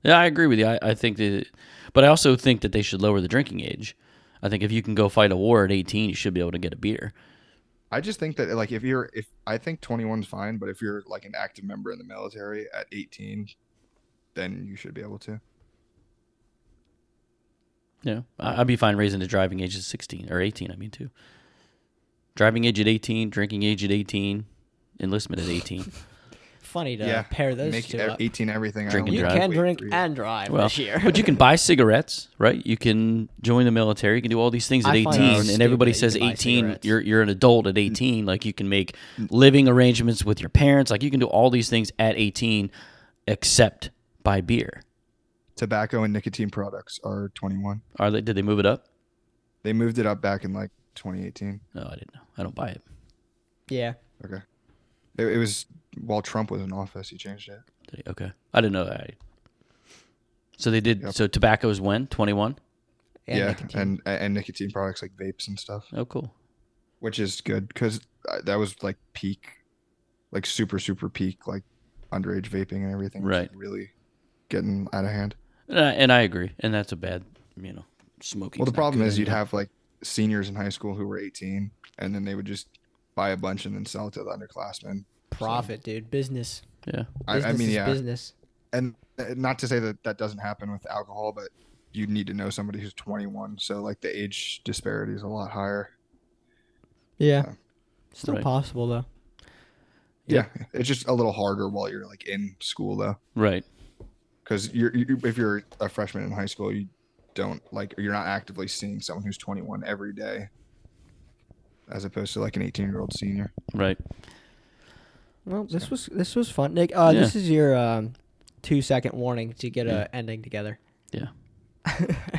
[SPEAKER 1] yeah, I agree with you. I, I think that, but I also think that they should lower the drinking age. I think if you can go fight a war at 18, you should be able to get a beer.
[SPEAKER 5] i just think that like if you're if i think 21's fine but if you're like an active member in the military at 18 then you should be able to
[SPEAKER 1] Yeah, I, I'd be fine raising the driving age to 16 or 18. I mean, too. Driving age at 18, drinking age at 18, enlistment at 18.
[SPEAKER 2] Funny to pair those
[SPEAKER 5] make
[SPEAKER 2] two
[SPEAKER 5] e-
[SPEAKER 2] up.
[SPEAKER 5] 18 everything I
[SPEAKER 1] Drink
[SPEAKER 5] only
[SPEAKER 1] and
[SPEAKER 2] You
[SPEAKER 1] drive.
[SPEAKER 2] can
[SPEAKER 5] drank way
[SPEAKER 2] drink
[SPEAKER 5] three.
[SPEAKER 2] and drive
[SPEAKER 1] Well,
[SPEAKER 2] this year.
[SPEAKER 1] but you can buy cigarettes, right? You can join the military. You can do all these things at
[SPEAKER 2] I find that
[SPEAKER 1] 18, and everybody says
[SPEAKER 2] stupid that you can buy
[SPEAKER 1] 18.
[SPEAKER 2] cigarettes.
[SPEAKER 1] You're you're an adult at 18. Like you can make living arrangements with your parents. Like you can do all these things at 18, except buy beer.
[SPEAKER 5] tobacco and nicotine products are 21
[SPEAKER 1] Are they? Did they move it up?
[SPEAKER 5] they moved it up back in like 2018
[SPEAKER 1] No, I didn't know. I don't buy it.
[SPEAKER 2] yeah,
[SPEAKER 5] okay it, it was while trump was in office he changed it
[SPEAKER 1] Did they? Okay, I didn't know that. So they did. So tobacco is when 21.
[SPEAKER 2] and
[SPEAKER 5] yeah
[SPEAKER 2] nicotine.
[SPEAKER 5] and and nicotine products like vapes and stuff
[SPEAKER 1] Oh, cool.
[SPEAKER 5] which is good because that was like peak like super super peak like underage vaping and everything was
[SPEAKER 1] Right.
[SPEAKER 5] really getting out of hand
[SPEAKER 1] And I, and I agree. And that's a bad, you know, smoking.
[SPEAKER 5] well the problem is you'd have like seniors in high school who were 18 and then they would just buy a bunch and then sell it to the underclassmen
[SPEAKER 2] profit, dude. Business.
[SPEAKER 1] Yeah.
[SPEAKER 5] I, I
[SPEAKER 2] Business
[SPEAKER 5] mean
[SPEAKER 2] is
[SPEAKER 5] yeah
[SPEAKER 2] business.
[SPEAKER 5] and uh, not to say that that doesn't happen with alcohol, but you need to know somebody who's 21. So like the age disparity is a lot higher.
[SPEAKER 2] Yeah.
[SPEAKER 5] Yeah.
[SPEAKER 2] Still
[SPEAKER 1] Right.
[SPEAKER 2] possible though.
[SPEAKER 5] Yeah, it's just a little harder while you're like in school though,
[SPEAKER 1] Right.
[SPEAKER 5] because you're you, if you're a freshman in high school, you don't like you're not actively seeing someone who's 21 every day, as opposed to like an 18 year old senior.
[SPEAKER 1] Right.
[SPEAKER 2] Well, this was this was fun, Nick. Uh, This
[SPEAKER 1] Yeah.
[SPEAKER 2] is your um, two second warning to get a ending together.
[SPEAKER 1] Yeah.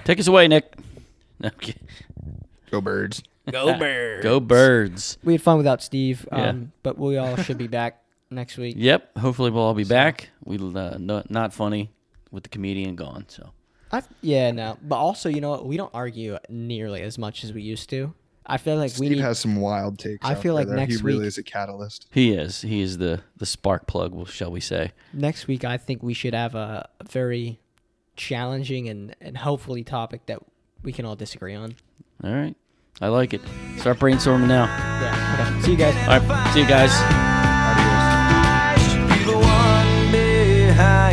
[SPEAKER 1] Take us away, Nick. Okay.
[SPEAKER 5] Go birds.
[SPEAKER 7] Go Bears.
[SPEAKER 1] Go birds.
[SPEAKER 2] We had fun without Steve, um,
[SPEAKER 1] Yeah.
[SPEAKER 2] but we all should be back next week.
[SPEAKER 1] Yep. Hopefully we'll all be back. We uh, no, not funny with the comedian gone. So
[SPEAKER 2] I yeah, no, but also you know what? We don't argue nearly as much as we used to. I feel like we
[SPEAKER 5] Steve
[SPEAKER 2] need,
[SPEAKER 5] has some wild takes.
[SPEAKER 2] I
[SPEAKER 5] out
[SPEAKER 2] feel
[SPEAKER 5] there
[SPEAKER 2] like
[SPEAKER 5] that
[SPEAKER 2] next
[SPEAKER 5] he really
[SPEAKER 2] week-
[SPEAKER 5] is a catalyst.
[SPEAKER 1] he is. He is the the spark plug. Well, shall we say?
[SPEAKER 2] next week. I think we should have a very challenging and and hopefully topic that we can all disagree on.
[SPEAKER 1] All right. I like it. Start brainstorming now.
[SPEAKER 2] Yeah. Okay. See you guys.
[SPEAKER 1] All right. See you guys.
[SPEAKER 7] I should be the one behind.